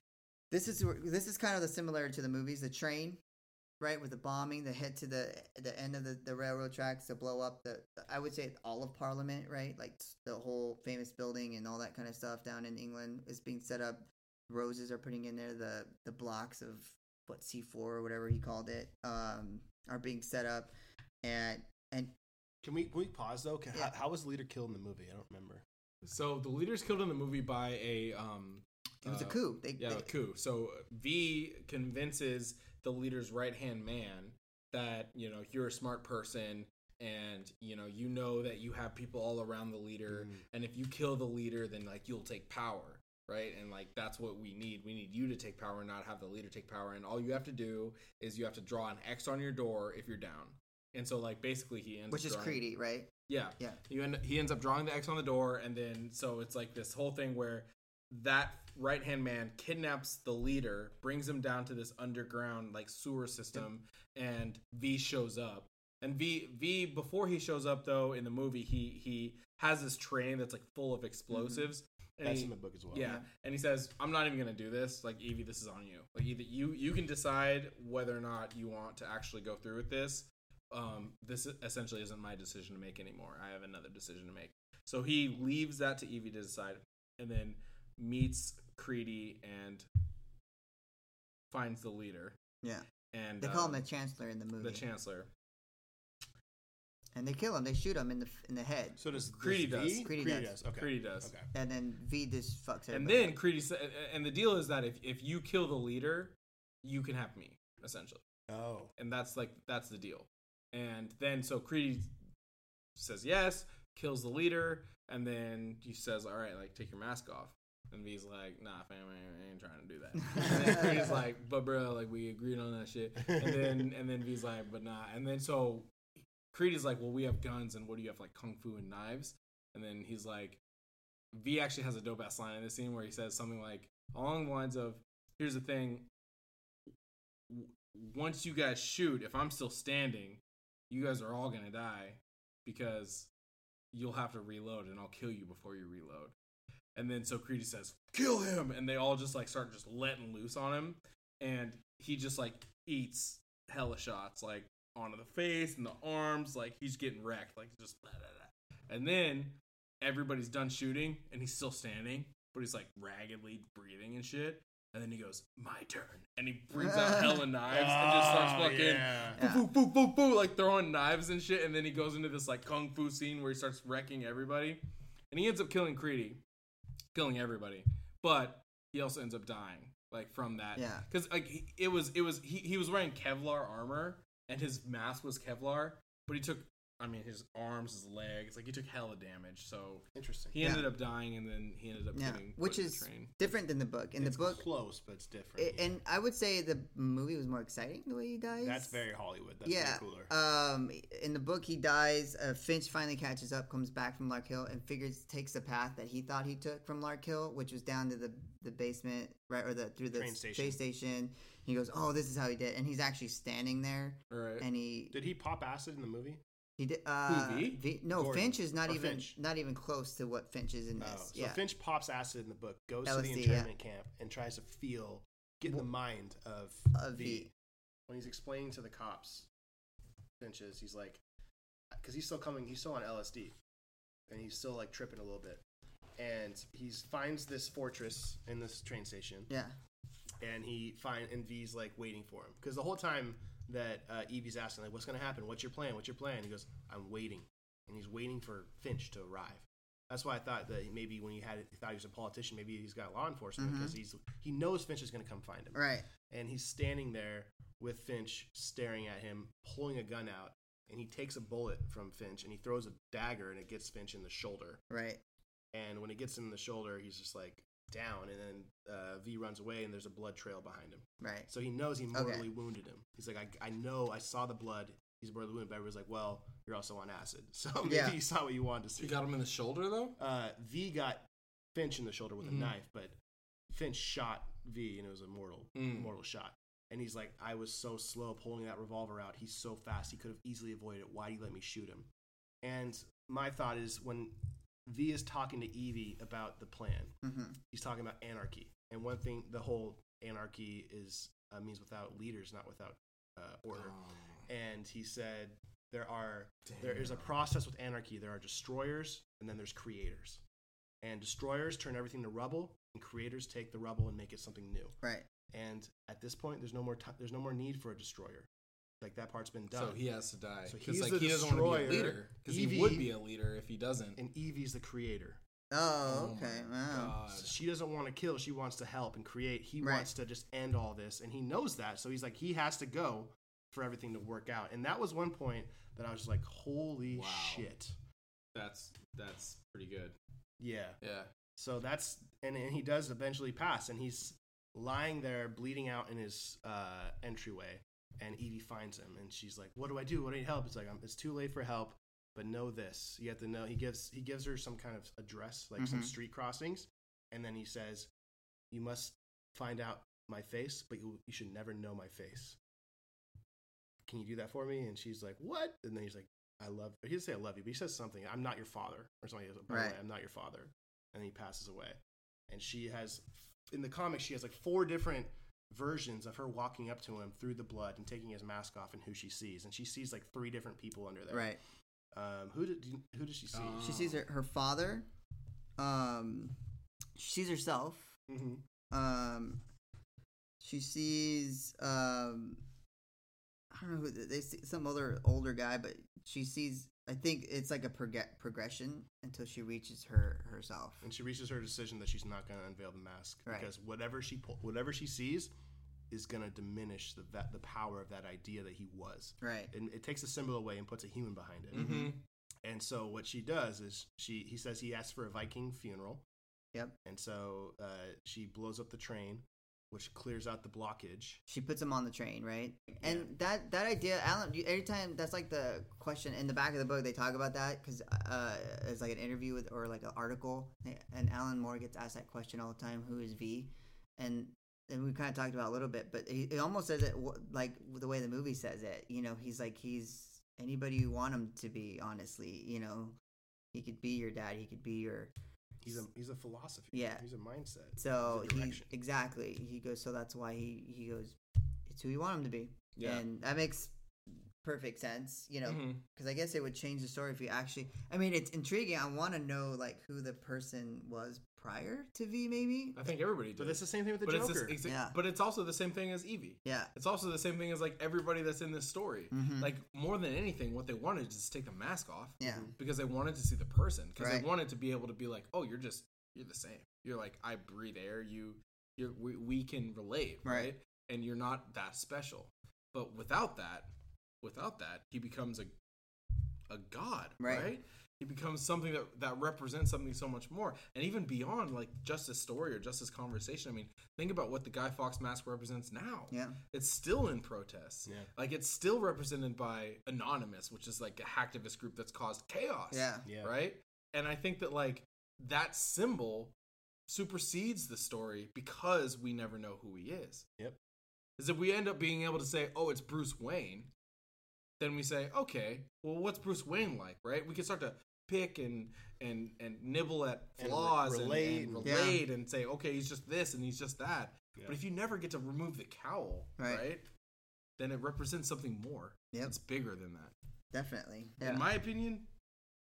Speaker 4: this is where- this is kind of the similar to the movies, the train, right, with the bombing, the hit to the the end of the, the railroad tracks, to blow up the, I would say all of Parliament, right, like the whole famous building and all that kind of stuff down in England is being set up. Roses are putting in there the the blocks of what C four or whatever he called it um, are being set up, and and
Speaker 2: Can we can we pause though? Can,
Speaker 4: Yeah.
Speaker 2: how, how was the leader killed in the movie? I don't remember.
Speaker 3: So the leader's killed in the movie by a um
Speaker 4: it was a
Speaker 3: uh,
Speaker 4: coup. They,
Speaker 3: Yeah,
Speaker 4: they-
Speaker 3: a coup. So V convinces the leader's right hand man that, you know, you're a smart person and you know, you know that you have people all around the leader
Speaker 2: Mhm.
Speaker 4: Mm-hmm.
Speaker 3: and if you kill the leader then like you'll take power. Right. And like that's what we need. We need you to take power and not have the leader take power. And all you have to do is you have to draw an X on your door if you're down. And so like basically he ends
Speaker 4: which
Speaker 3: up
Speaker 4: is
Speaker 3: drawing-
Speaker 4: Creedy, right?
Speaker 3: yeah.
Speaker 4: Yeah.
Speaker 3: You end, he ends up drawing the X on the door, and then so it's like this whole thing where that right hand man kidnaps the leader, brings him down to this underground like sewer system, and V shows up. And V V before he shows up though in the movie he he has this train that's like full of explosives. And
Speaker 2: That's
Speaker 3: he-
Speaker 2: in the book as well.
Speaker 3: yeah, and he says, "I'm not even gonna do this. Like Evie, this is on you. Like either you you can decide whether or not you want to actually go through with this, um, this essentially isn't my decision to make anymore. I have another decision to make. So he leaves that to Evie to decide, and then meets Creedy and finds the leader.
Speaker 4: Yeah.
Speaker 3: And
Speaker 4: They call
Speaker 3: um,
Speaker 4: him the Chancellor in the movie,
Speaker 3: the Chancellor.
Speaker 4: and they kill him. They shoot him in the in the head,
Speaker 2: So does
Speaker 3: Creedy
Speaker 2: does
Speaker 3: does.
Speaker 2: V?
Speaker 4: Creedy does.
Speaker 2: Okay.
Speaker 3: Creedy does.
Speaker 2: Okay.
Speaker 4: and then V just fucks
Speaker 3: And
Speaker 4: everybody
Speaker 3: then Creedy sa- and the deal is that if if you kill the leader, you can have me essentially.
Speaker 2: Oh.
Speaker 3: and that's like that's the deal. And then so Creedy says yes, kills the leader, and then he says, "All right, like take your mask off." And V's like, "Nah, fam, I ain't trying to do that." and then Creedy's like, "But bro, like we agreed on that shit." And then and then V's like, "But nah." And then so Creedy's like, "Well, we have guns, and what do you have like kung fu and knives?" And then he's like, V actually has a dope ass line in this scene where he says something like along the lines of, "Here's the thing. W- Once you guys shoot, if I'm still standing, you guys are all gonna die because you'll have to reload, and I'll kill you before you reload." And then so Creedy says, "Kill him!" And they all just like start just letting loose on him, and he just like eats hella shots like onto the face and the arms, like he's getting wrecked, like just. Blah, blah, blah. And then everybody's done shooting and he's still standing, but he's like raggedly breathing and shit. And then he goes, "My turn," and he brings out hella knives and just starts
Speaker 2: Oh,
Speaker 3: fucking
Speaker 2: yeah.
Speaker 4: Yeah.
Speaker 3: boo, boo, boo, boo, like throwing knives and shit. And then he goes into this like kung fu scene where he starts wrecking everybody, and he ends up killing Creedy, killing everybody. But he also ends up dying like from that.
Speaker 4: Yeah.
Speaker 3: because like he- it was it was he, he was wearing Kevlar armor and his mask was Kevlar, but he took I mean his arms, his legs, like he took hella damage. So
Speaker 2: Interesting.
Speaker 3: he ended up dying, and then he ended up
Speaker 4: Yeah,
Speaker 3: getting
Speaker 4: which
Speaker 3: put in the
Speaker 4: is
Speaker 3: train.
Speaker 4: different than the book. In
Speaker 2: it's
Speaker 4: the book,
Speaker 2: close, but it's different.
Speaker 4: i
Speaker 2: yeah.
Speaker 4: and I would say the movie was more exciting the way he dies.
Speaker 2: that's very Hollywood. That's
Speaker 4: yeah.
Speaker 2: way cooler.
Speaker 4: Um, in the book, he dies. Uh, Finch finally catches up, comes back from Lark Hill, and figures takes the path that he thought he took from Lark Hill, which was down to the the basement, right, or the through the
Speaker 2: Train
Speaker 4: s-
Speaker 2: station.
Speaker 4: train station. He goes, "Oh, this is how he did," and he's actually standing there,
Speaker 3: All
Speaker 2: Uh,
Speaker 3: right.
Speaker 4: and he
Speaker 2: Did he pop acid in the movie?
Speaker 4: he did. Uh,
Speaker 3: V?
Speaker 4: V- no,
Speaker 2: Gordon,
Speaker 4: Finch is not
Speaker 2: or
Speaker 4: even
Speaker 2: Finch.
Speaker 4: not even close to what Finch is in this.
Speaker 2: Oh, so
Speaker 4: yeah,
Speaker 2: Finch pops acid in the book, goes to the
Speaker 4: LSD, yeah.
Speaker 2: internment camp, and tries to feel, get in the mind of,
Speaker 4: Of V.
Speaker 2: When he's explaining to the cops, Finch is, he's like, because he's still coming, he's still on LSD, and he's still like tripping a little bit. And he finds this fortress in this train station,
Speaker 4: yeah,
Speaker 2: and he find and V's like waiting for him because the whole time that uh, Evie's asking like, "What's gonna happen? What's your plan? What's your plan?" He goes, "I'm waiting," and he's waiting for Finch to arrive. That's why I thought that maybe when he had he thought he was a politician, maybe he's got law enforcement because he's he knows Finch is gonna come find him,
Speaker 4: right.
Speaker 2: and he's standing there with Finch staring at him, pulling a gun out, and he takes a bullet from Finch and he throws a dagger and it gets Finch in the shoulder.
Speaker 4: Right.
Speaker 2: And when it gets him in the shoulder, he's just like down, and then uh, V runs away, and there's a blood trail behind him.
Speaker 4: Right.
Speaker 2: So he knows he
Speaker 4: Okay.
Speaker 2: mortally wounded him. He's like, I, I know, I saw the blood. He's mortally wounded. But everyone's like, well, you're also on acid. So maybe
Speaker 4: Yeah.
Speaker 2: you saw what you wanted to see.
Speaker 3: you got him in the shoulder though.
Speaker 2: uh, v got Finch in the shoulder with
Speaker 3: Mhm.
Speaker 2: a knife, but Finch shot V and it was a mortal,
Speaker 3: Mm.
Speaker 2: mortal shot. And he's like, I was so slow pulling that revolver out. He's so fast. He could have easily avoided it. Why do you let me shoot him? And my thought is when V is talking to Evie about the plan,
Speaker 4: Mm-hmm.
Speaker 2: he's talking about anarchy. And one thing, the whole anarchy is uh, means without leaders, not without uh, order.
Speaker 3: Oh.
Speaker 2: And he said there are there is a process with anarchy. There are destroyers, and then there's creators. And destroyers turn everything to rubble, and creators take the rubble and make it something new.
Speaker 4: Right.
Speaker 2: And at this point, there's no more ti there's no more need for a destroyer. Like that part's been done.
Speaker 3: So he has to die.
Speaker 2: So
Speaker 3: Because
Speaker 2: he's
Speaker 3: like
Speaker 2: the
Speaker 3: he doesn't want to be
Speaker 2: destroyer.
Speaker 3: a leader. Because
Speaker 2: Evie-
Speaker 3: he would be a leader if he doesn't.
Speaker 2: and Evie's the creator.
Speaker 4: Oh,
Speaker 3: my
Speaker 4: okay. Wow.
Speaker 3: God.
Speaker 2: She doesn't want to kill. She wants to help and create. He
Speaker 4: Right.
Speaker 2: wants to just end all this, and he knows that. So he's like, he has to go for everything to work out. And that was one point that I was like, holy
Speaker 3: Wow.
Speaker 2: shit.
Speaker 3: That's that's pretty good.
Speaker 2: Yeah.
Speaker 3: Yeah.
Speaker 2: So that's and, and he does eventually pass, and he's lying there bleeding out in his uh, entryway. And Evie finds him, and she's like, "What do I do? What do I need help?" It's like, um, "It's too late for help, but know this: you have to know." He gives he gives her some kind of address, like some
Speaker 4: Mhm.
Speaker 2: street crossings, and then he says, "You must find out my face, but you you should never know my face." Can you do that for me? And she's like, "What?" And then he's like, "I love." He doesn't say "I love you," but he says something. I'm not your father, or something. By the
Speaker 4: Right.
Speaker 2: way, I'm not your father and he passes away. And she has, in the comics, she has like four different versions of her walking up to him through the blood and taking his mask off and who she sees. And she sees like three different people under there.
Speaker 4: Right.
Speaker 2: Um, who did who does she see?
Speaker 4: She sees her, her father. Um, she sees herself.
Speaker 2: mm-hmm.
Speaker 4: Um, she sees. Um, I don't know who they see some other older guy, but she sees. I think it's like a prog- progression until she reaches her herself.
Speaker 2: and she reaches her decision that she's not going to unveil the mask
Speaker 4: Right.
Speaker 2: because whatever she pull, whatever she sees is going to diminish the va- the power of that idea that he was.
Speaker 4: Right.
Speaker 2: And it takes a symbol away and puts a human behind it.
Speaker 3: Mm-hmm.
Speaker 2: And so what she does is she he says he asks for a Viking funeral,
Speaker 4: Yep.
Speaker 2: and so uh, she blows up the train, which clears out the blockage.
Speaker 4: She puts him on the train, right? And that that idea, Alan. You, every time that's like the question in the back of the book. They talk about that because uh, it's like an interview with or like an article, and Alan Moore gets asked that question all the time. Who is V? And and we kind of talked about it a little bit, but he, he almost says it w- like the way the movie says it. You know, he's like he's anybody you want him to be. Honestly, you know, he could be your dad. He could be your
Speaker 2: He's a he's a philosophy.
Speaker 4: Yeah.
Speaker 2: he's a mindset.
Speaker 4: so
Speaker 2: He's a
Speaker 4: he
Speaker 2: direction.
Speaker 4: exactly he goes. So that's why he he goes. It's who you want him to be.
Speaker 3: Yeah.
Speaker 4: And that makes perfect sense, you know, because
Speaker 3: Mhm.
Speaker 4: I guess it would change the story if you actually. I mean, it's intriguing. I want to know like who the person was prior to V, maybe.
Speaker 3: I think everybody did.
Speaker 2: But it's the same thing with the
Speaker 3: But it's,
Speaker 2: Joker.
Speaker 3: this, exa-
Speaker 4: Yeah.
Speaker 3: but it's also the same thing as Evie.
Speaker 4: Yeah, Mm-hmm.
Speaker 3: It's also the same thing as like everybody that's in this story. Like more than anything, what they wanted is to take the mask off.
Speaker 4: Yeah.
Speaker 3: Because they wanted to see the person. Because
Speaker 4: Right.
Speaker 3: they wanted to be able to be like, oh, you're just you're the same. You're like I breathe air. You, you're, we we can relate,
Speaker 4: Right.
Speaker 3: right. And you're not that special. But without that, without that, he becomes a a god,
Speaker 4: Right.
Speaker 3: right? He becomes something that that represents something so much more, and even beyond like just his story or just his conversation. I mean, think about what the Guy Fox mask represents now
Speaker 4: yeah,
Speaker 3: it's still in protests.
Speaker 2: Yeah.
Speaker 3: Like it's still represented by Anonymous, which is like a hacktivist group that's caused chaos.
Speaker 4: yeah,
Speaker 2: yeah,
Speaker 3: Right? And I think that like that symbol supersedes the story because we never know who he is.
Speaker 2: Yep.
Speaker 3: Is if we end up being able to say, oh, it's Bruce Wayne, then we say, okay, well what's Bruce Wayne like, right? We can start to pick and and and nibble at
Speaker 2: And re-
Speaker 3: flaws and,
Speaker 2: relate
Speaker 3: and
Speaker 2: and-
Speaker 4: Yeah.
Speaker 3: relate and say, okay, he's just this and he's just that.
Speaker 2: Yeah.
Speaker 3: But if you never get to remove the cowl,
Speaker 4: Right.
Speaker 3: right, then it represents something more.
Speaker 4: Yep.
Speaker 3: It's bigger than that.
Speaker 4: definitely. Yeah.
Speaker 3: In my opinion,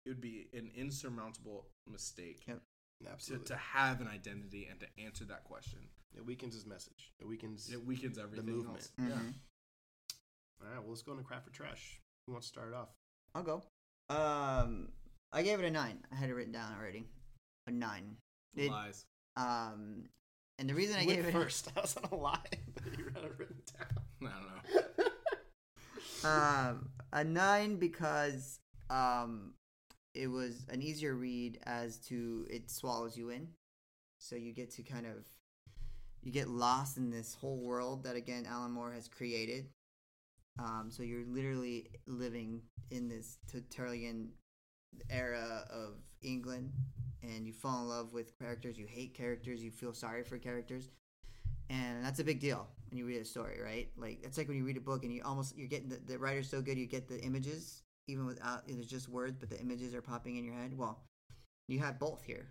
Speaker 3: it would be an insurmountable mistake
Speaker 4: Yep.
Speaker 3: to,
Speaker 2: absolutely.
Speaker 3: to have an identity and to answer that question.
Speaker 2: it weakens his message. It weakens.
Speaker 3: It weakens everything.
Speaker 2: movement. Mm-hmm.
Speaker 3: else.
Speaker 4: Mhm.
Speaker 3: Yeah.
Speaker 2: All right, well, let's go into crap for trash. Who wants to start it off?
Speaker 4: I'll go. Um, I gave it a nine. I had it written down already. A nine. It-
Speaker 3: Lies.
Speaker 4: um, and the reason I
Speaker 2: You
Speaker 4: gave
Speaker 2: went
Speaker 4: it
Speaker 2: first. I was on a lie. you had it written down.
Speaker 3: I don't know.
Speaker 4: um, a nine because um, it was an easier read as to it swallows you in, so you get to kind of you get lost in this whole world that again Alan Moore has created. Um, so you're literally living in this Tertullian era of England, and you fall in love with characters, you hate characters, you feel sorry for characters and that's a big deal when you read a story, right? Like it's like when you read a book and you almost you're getting the, the writer's so good you get the images even without it's just words, but the images are popping in your head. Well, you have both here,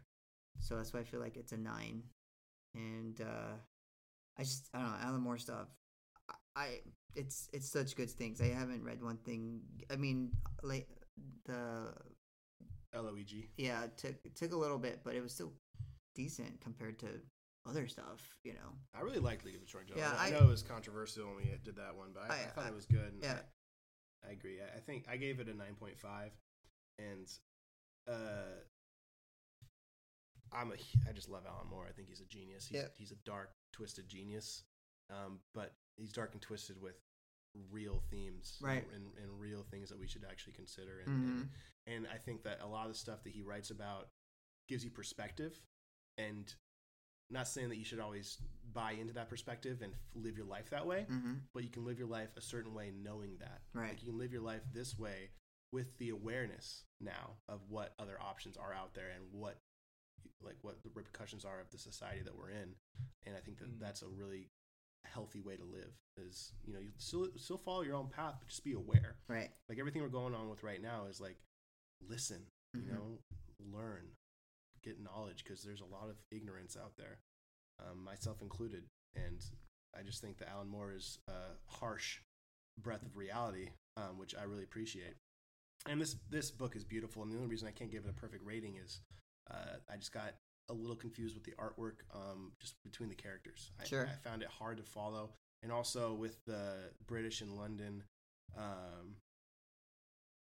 Speaker 4: so that's why I feel like it's a nine. And uh, I just I don't know Alan Moore stuff. I, I it's it's such good things. I haven't read one thing. I mean, like the
Speaker 2: L-O-E-G.
Speaker 4: yeah, it took it took a little bit, but it was still decent compared to other stuff, you know.
Speaker 2: I really liked League of Extraordinary
Speaker 4: Yeah,
Speaker 2: Gentlemen. I,
Speaker 4: I-
Speaker 2: know it was controversial when we did that one, but I, I
Speaker 4: I-
Speaker 2: thought
Speaker 4: I-
Speaker 2: it was good. and
Speaker 4: yeah.
Speaker 2: I, I agree. I, I think I gave it a nine point five, and uh, I'm a hu- I just love Alan Moore. I think he's a genius. He's,
Speaker 4: Yeah.
Speaker 2: he's a dark, twisted genius, um, but he's dark and twisted with real themes,
Speaker 4: Right.
Speaker 2: And, and real things that we should actually consider. And,
Speaker 4: Mhm.
Speaker 2: and and I think that a lot of the stuff that he writes about gives you perspective and not saying that you should always buy into that perspective and f- live your life that way,
Speaker 4: Mm-hmm.
Speaker 2: but you can live your life a certain way knowing that.
Speaker 4: Right.
Speaker 2: Like you can live your life this way with the awareness now of what other options are out there and what like what the repercussions are of the society that we're in. And I think that
Speaker 3: Mm.
Speaker 2: that's a really healthy way to live is, you know, you still still follow your own path, but just be aware.
Speaker 4: Right.
Speaker 2: Like everything we're going on with right now is like listen,
Speaker 4: Mhm.
Speaker 2: you know learn get knowledge because there's a lot of ignorance out there um, myself included and I just think that Alan Moore is a harsh breath of reality, um, which I really appreciate. And this this book is beautiful, and the only reason I can't give it a perfect rating is uh, I just got a little confused with the artwork, um, just between the characters. I,
Speaker 4: Sure.
Speaker 2: I found it hard to follow, and also with the British in London um,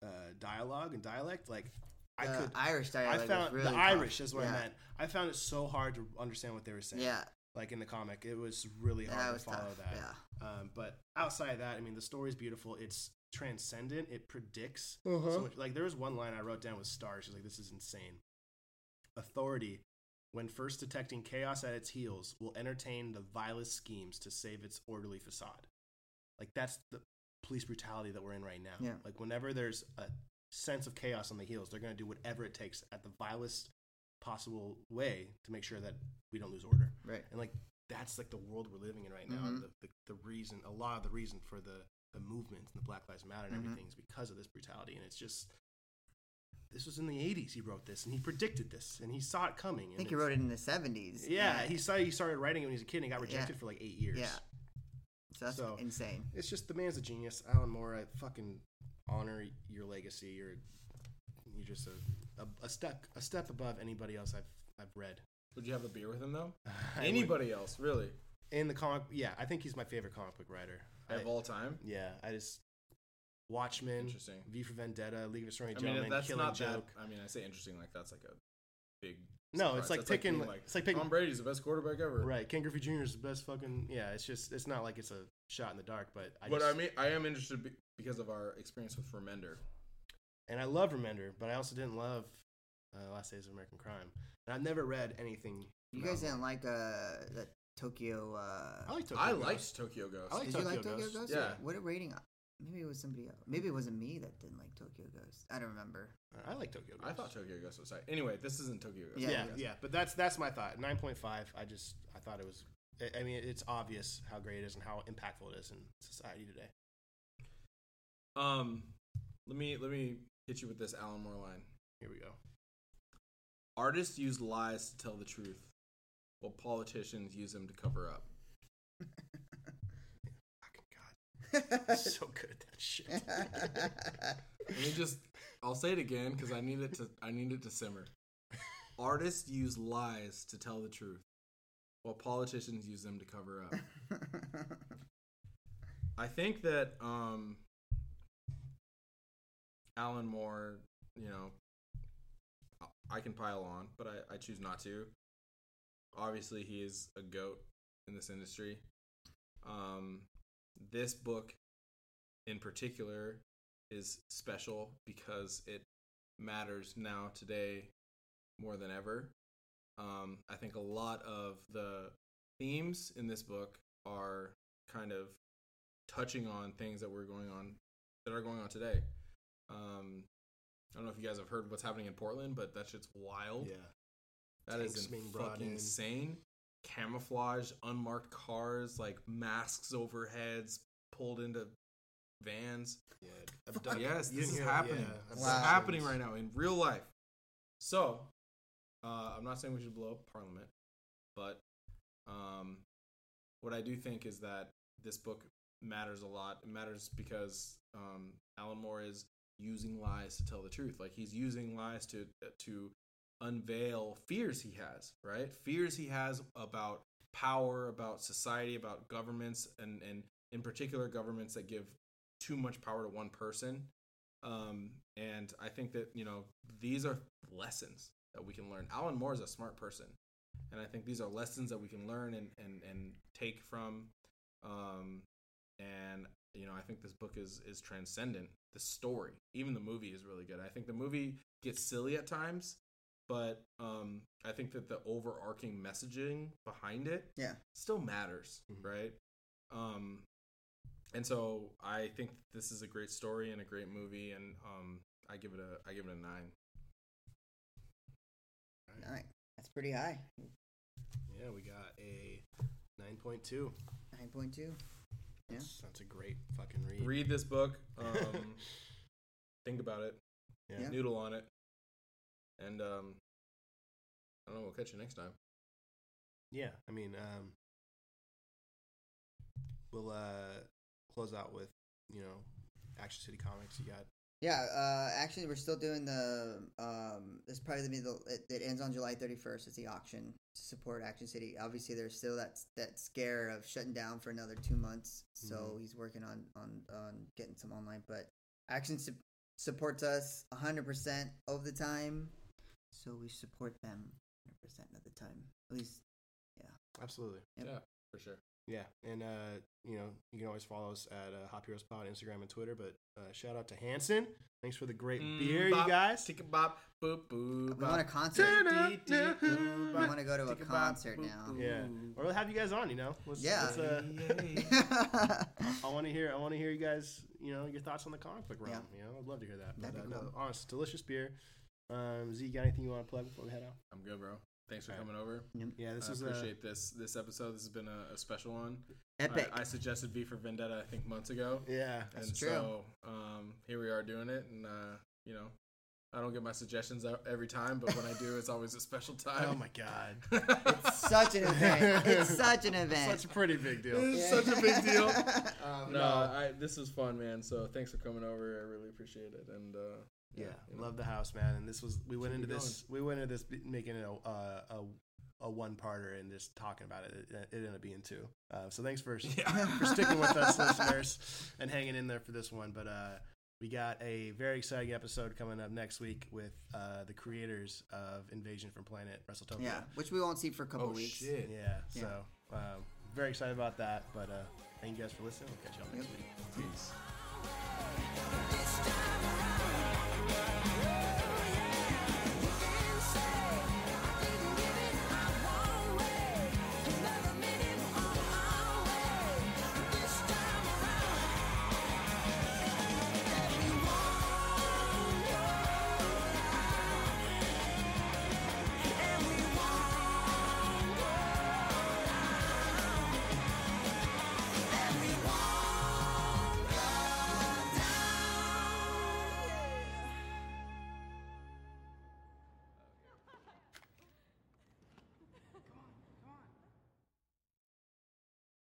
Speaker 2: uh, dialogue and dialect, like I
Speaker 4: The
Speaker 2: could.
Speaker 4: Irish
Speaker 2: I
Speaker 4: dialect. was
Speaker 2: found
Speaker 4: really
Speaker 2: the
Speaker 4: tough.
Speaker 2: Irish is what
Speaker 4: yeah.
Speaker 2: I meant. I found it so hard to understand what they were saying.
Speaker 4: Yeah,
Speaker 2: Like in the comic, it was really hard
Speaker 4: that
Speaker 2: to
Speaker 4: was
Speaker 2: follow
Speaker 4: tough.
Speaker 2: that.
Speaker 4: Yeah.
Speaker 2: Um, but outside of that, I mean, the story's beautiful. It's transcendent. It predicts.
Speaker 4: Uh-huh.
Speaker 2: So much, like there was one line I wrote down with stars. She's like, "This is insane." Authority, when first detecting chaos at its heels, will entertain the vilest schemes to save its orderly facade. Like that's the police brutality that we're in right now.
Speaker 4: Yeah.
Speaker 2: Like whenever there's a sense of chaos on the heels, they're going to do whatever it takes at the vilest possible way to make sure that we don't lose order
Speaker 4: Right.
Speaker 2: and like that's like the world we're living in right now
Speaker 4: Mm-hmm.
Speaker 2: and the, the, the reason a lot of the reason for the the movement and the black lives matter and
Speaker 4: Mhm.
Speaker 2: everything is because of this brutality and it's just this was in the 80s he wrote this and he predicted this and he saw it coming
Speaker 4: I think he wrote it in the 70s.
Speaker 2: yeah, he saw he started writing it when he was a kid and he got rejected for like eight years
Speaker 4: Yeah. So that's
Speaker 2: so-
Speaker 4: insane.
Speaker 2: it's just the man's a genius alan moore i fucking honor your legacy you're you're just a, a, a step a step above anybody else i've i've read
Speaker 3: Would you have a beer with him though?
Speaker 2: I would-
Speaker 3: Anybody else, really?
Speaker 2: in the comic yeah i think he's my favorite comic book writer I-
Speaker 3: Of all time?
Speaker 2: Yeah, I just Watchmen,
Speaker 3: Interesting.
Speaker 2: V for Vendetta, League of Extraordinary
Speaker 3: I mean, if
Speaker 2: Gentlemen,
Speaker 3: that's
Speaker 2: Killing
Speaker 3: not
Speaker 2: Joke.
Speaker 3: that. I mean, I say interesting like that's like a big.
Speaker 2: No, it's
Speaker 3: surprise.
Speaker 2: like
Speaker 3: That's
Speaker 2: picking-
Speaker 3: being
Speaker 2: it's like picking-
Speaker 3: Tom Brady's the best quarterback ever.
Speaker 2: Right, Ken Griffey Jr. is the best fucking. Yeah, it's just it's not like it's a shot in the dark, but I.
Speaker 3: but
Speaker 2: just,
Speaker 3: I mean, I am interested be- because of our experience with Remender.
Speaker 2: and I love Remender, but I also didn't love uh, Last Days of American Crime, and I've never read anything.
Speaker 4: You
Speaker 2: from
Speaker 4: guys
Speaker 2: Alan
Speaker 4: didn't like uh, the Tokyo. Uh,
Speaker 2: Moore. I like Tokyo.
Speaker 3: I
Speaker 2: Ghost.
Speaker 3: liked Tokyo Ghost.
Speaker 2: I like
Speaker 4: did you like Tokyo Ghost?
Speaker 3: Yeah.
Speaker 4: What a rating. Maybe it was somebody else. Maybe it wasn't me that didn't like Tokyo Ghost. I don't remember.
Speaker 2: I like Tokyo. Ghost.
Speaker 3: I thought Tokyo Ghost was tight. Anyway, this isn't Tokyo Ghost.
Speaker 4: Yeah,
Speaker 2: Yeah,
Speaker 3: Podcast.
Speaker 2: yeah, but that's that's my thought. Nine point five. I just I thought it was. I- I mean, it's obvious how great it is and how impactful it is in society today.
Speaker 3: Um, let me let me hit you with this Alan Moore line.
Speaker 2: Here we go.
Speaker 3: Artists use lies to tell the truth, while politicians use them to cover up.
Speaker 2: Fucking god, so good at that shit.
Speaker 3: Let me just I'll say it again because I need it to I need it to simmer. Artists use lies to tell the truth, while politicians use them to cover up. I think that um Alan Moore, you know, I- I can pile on, but I, I choose not to. Obviously, he is a goat in this industry. Um, this book, in particular, is special because it matters now today more than ever. Um, I think a lot of the themes in this book are kind of touching on things that were going on that are going on today. Um, I don't know if you guys have heard what's happening in Portland, but that shit's wild.
Speaker 2: Yeah.
Speaker 3: That is
Speaker 2: Tanks
Speaker 3: in-
Speaker 2: being brought
Speaker 3: fucking
Speaker 2: in.
Speaker 3: insane. Camouflage, unmarked cars, like masks over heads, pulled into vans.
Speaker 2: Yeah,
Speaker 3: Yes,
Speaker 2: You
Speaker 3: this
Speaker 2: didn't
Speaker 3: is
Speaker 2: hear that?
Speaker 3: happening.
Speaker 2: Yeah,
Speaker 3: This
Speaker 4: Wow.
Speaker 3: is happening right now in real life. So, uh, I'm not saying we should blow up Parliament, but um, what I do think is that this book matters a lot. It matters because um, Alan Moore is using lies to tell the truth. Like he's using lies to to unveil fears he has, right? Fears he has about power, about society, about governments, and and in particular governments that give too much power to one person. Um, and I think that you know these are lessons that we can learn. Alan Moore is a smart person, and I think these are lessons that we can learn and and and take from. Um, and you know, I think this book is is transcendent. The story, even the movie, is really good. I think the movie gets silly at times, but um, I think that the overarching messaging behind it
Speaker 4: Yeah.
Speaker 3: still matters,
Speaker 2: Mhm.
Speaker 3: right? Um, and so I think this is a great story and a great movie, and um, I give it a I give it a nine.
Speaker 4: Nine. That's pretty high.
Speaker 2: Yeah, we got a 9.2.
Speaker 4: 9.2. Yeah.
Speaker 2: That's, that's a great fucking read.
Speaker 3: Read this book, um, think about it,
Speaker 2: Yeah.
Speaker 4: Yeah.
Speaker 3: noodle on it, and um, I don't know. We'll catch you next time.
Speaker 2: Yeah, I mean, um, we'll uh, close out with you know Action City Comics. You got
Speaker 4: Yeah, uh, actually, we're still doing the. Um, it's probably gonna be the. It, it ends on July 31st. It's the auction to support Action City. Obviously, there's still that that scare of shutting down for another two months. So
Speaker 3: Mm-hmm.
Speaker 4: he's working on on on getting some online. But Action su- supports us 100% of the time. So we support them 100% of the time. At least
Speaker 2: absolutely.
Speaker 4: Yep.
Speaker 3: Yeah, for sure.
Speaker 2: Yeah, and uh, you know you can always follow us at uh, Hop Heroes Pod, Instagram and Twitter. But uh, shout out to Hanson. Thanks for the great beer, you guys.
Speaker 3: Tick Mm, bop, boop, boop.
Speaker 4: we want a concert. We want to go to a concert now.
Speaker 2: Yeah, or we'll have you guys on. You know, let's,
Speaker 4: Yeah.
Speaker 2: Let's, uh, I want to hear. I want to hear you guys. You know, your thoughts on the comic book realm. You know, I'd love to hear that.
Speaker 4: That'd
Speaker 2: But,
Speaker 4: be
Speaker 2: uh, no,
Speaker 4: cool.
Speaker 2: honest, delicious beer. Um, Z, you got anything you want to plug before we head out?
Speaker 3: I'm good, bro. Thanks for
Speaker 2: Alright.
Speaker 3: coming over.
Speaker 2: Yeah, this
Speaker 3: I
Speaker 2: is uh,
Speaker 3: appreciate this this episode. This has been a, a special one.
Speaker 4: Epic.
Speaker 3: I, I suggested V for Vendetta, I think, months ago.
Speaker 2: a yeah.
Speaker 4: That's
Speaker 3: and
Speaker 4: true.
Speaker 3: so um, here we are doing it. And, uh, you know, I don't get my suggestions out every time, but when I do, it's always a special time.
Speaker 2: Oh my god,
Speaker 3: it's
Speaker 4: such an event. It's such an event.
Speaker 2: such a pretty big deal.
Speaker 3: It's such a big deal. Um, no, I, this was fun, man. So thanks for coming over. I really appreciate it. And uh,
Speaker 2: Yeah,
Speaker 3: you know.
Speaker 2: love the house, man. And this was we went
Speaker 3: Keep
Speaker 2: into
Speaker 3: it
Speaker 2: this we went into this be- making it a uh, a a one parter and just talking about it. It, it ended up being two. Uh, so thanks for for sticking with us, listeners, and hanging in there for this one. But uh, we got a very exciting episode coming up next week with uh, the creators of Invasion from Planet WrestleTopia.
Speaker 4: Yeah, which we won't see for a couple
Speaker 3: Oh
Speaker 4: weeks.
Speaker 3: shit!
Speaker 2: yeah. So um, very excited about that. But uh, thank you guys for listening. We'll catch y'all next week.
Speaker 3: Peace.
Speaker 7: This time around,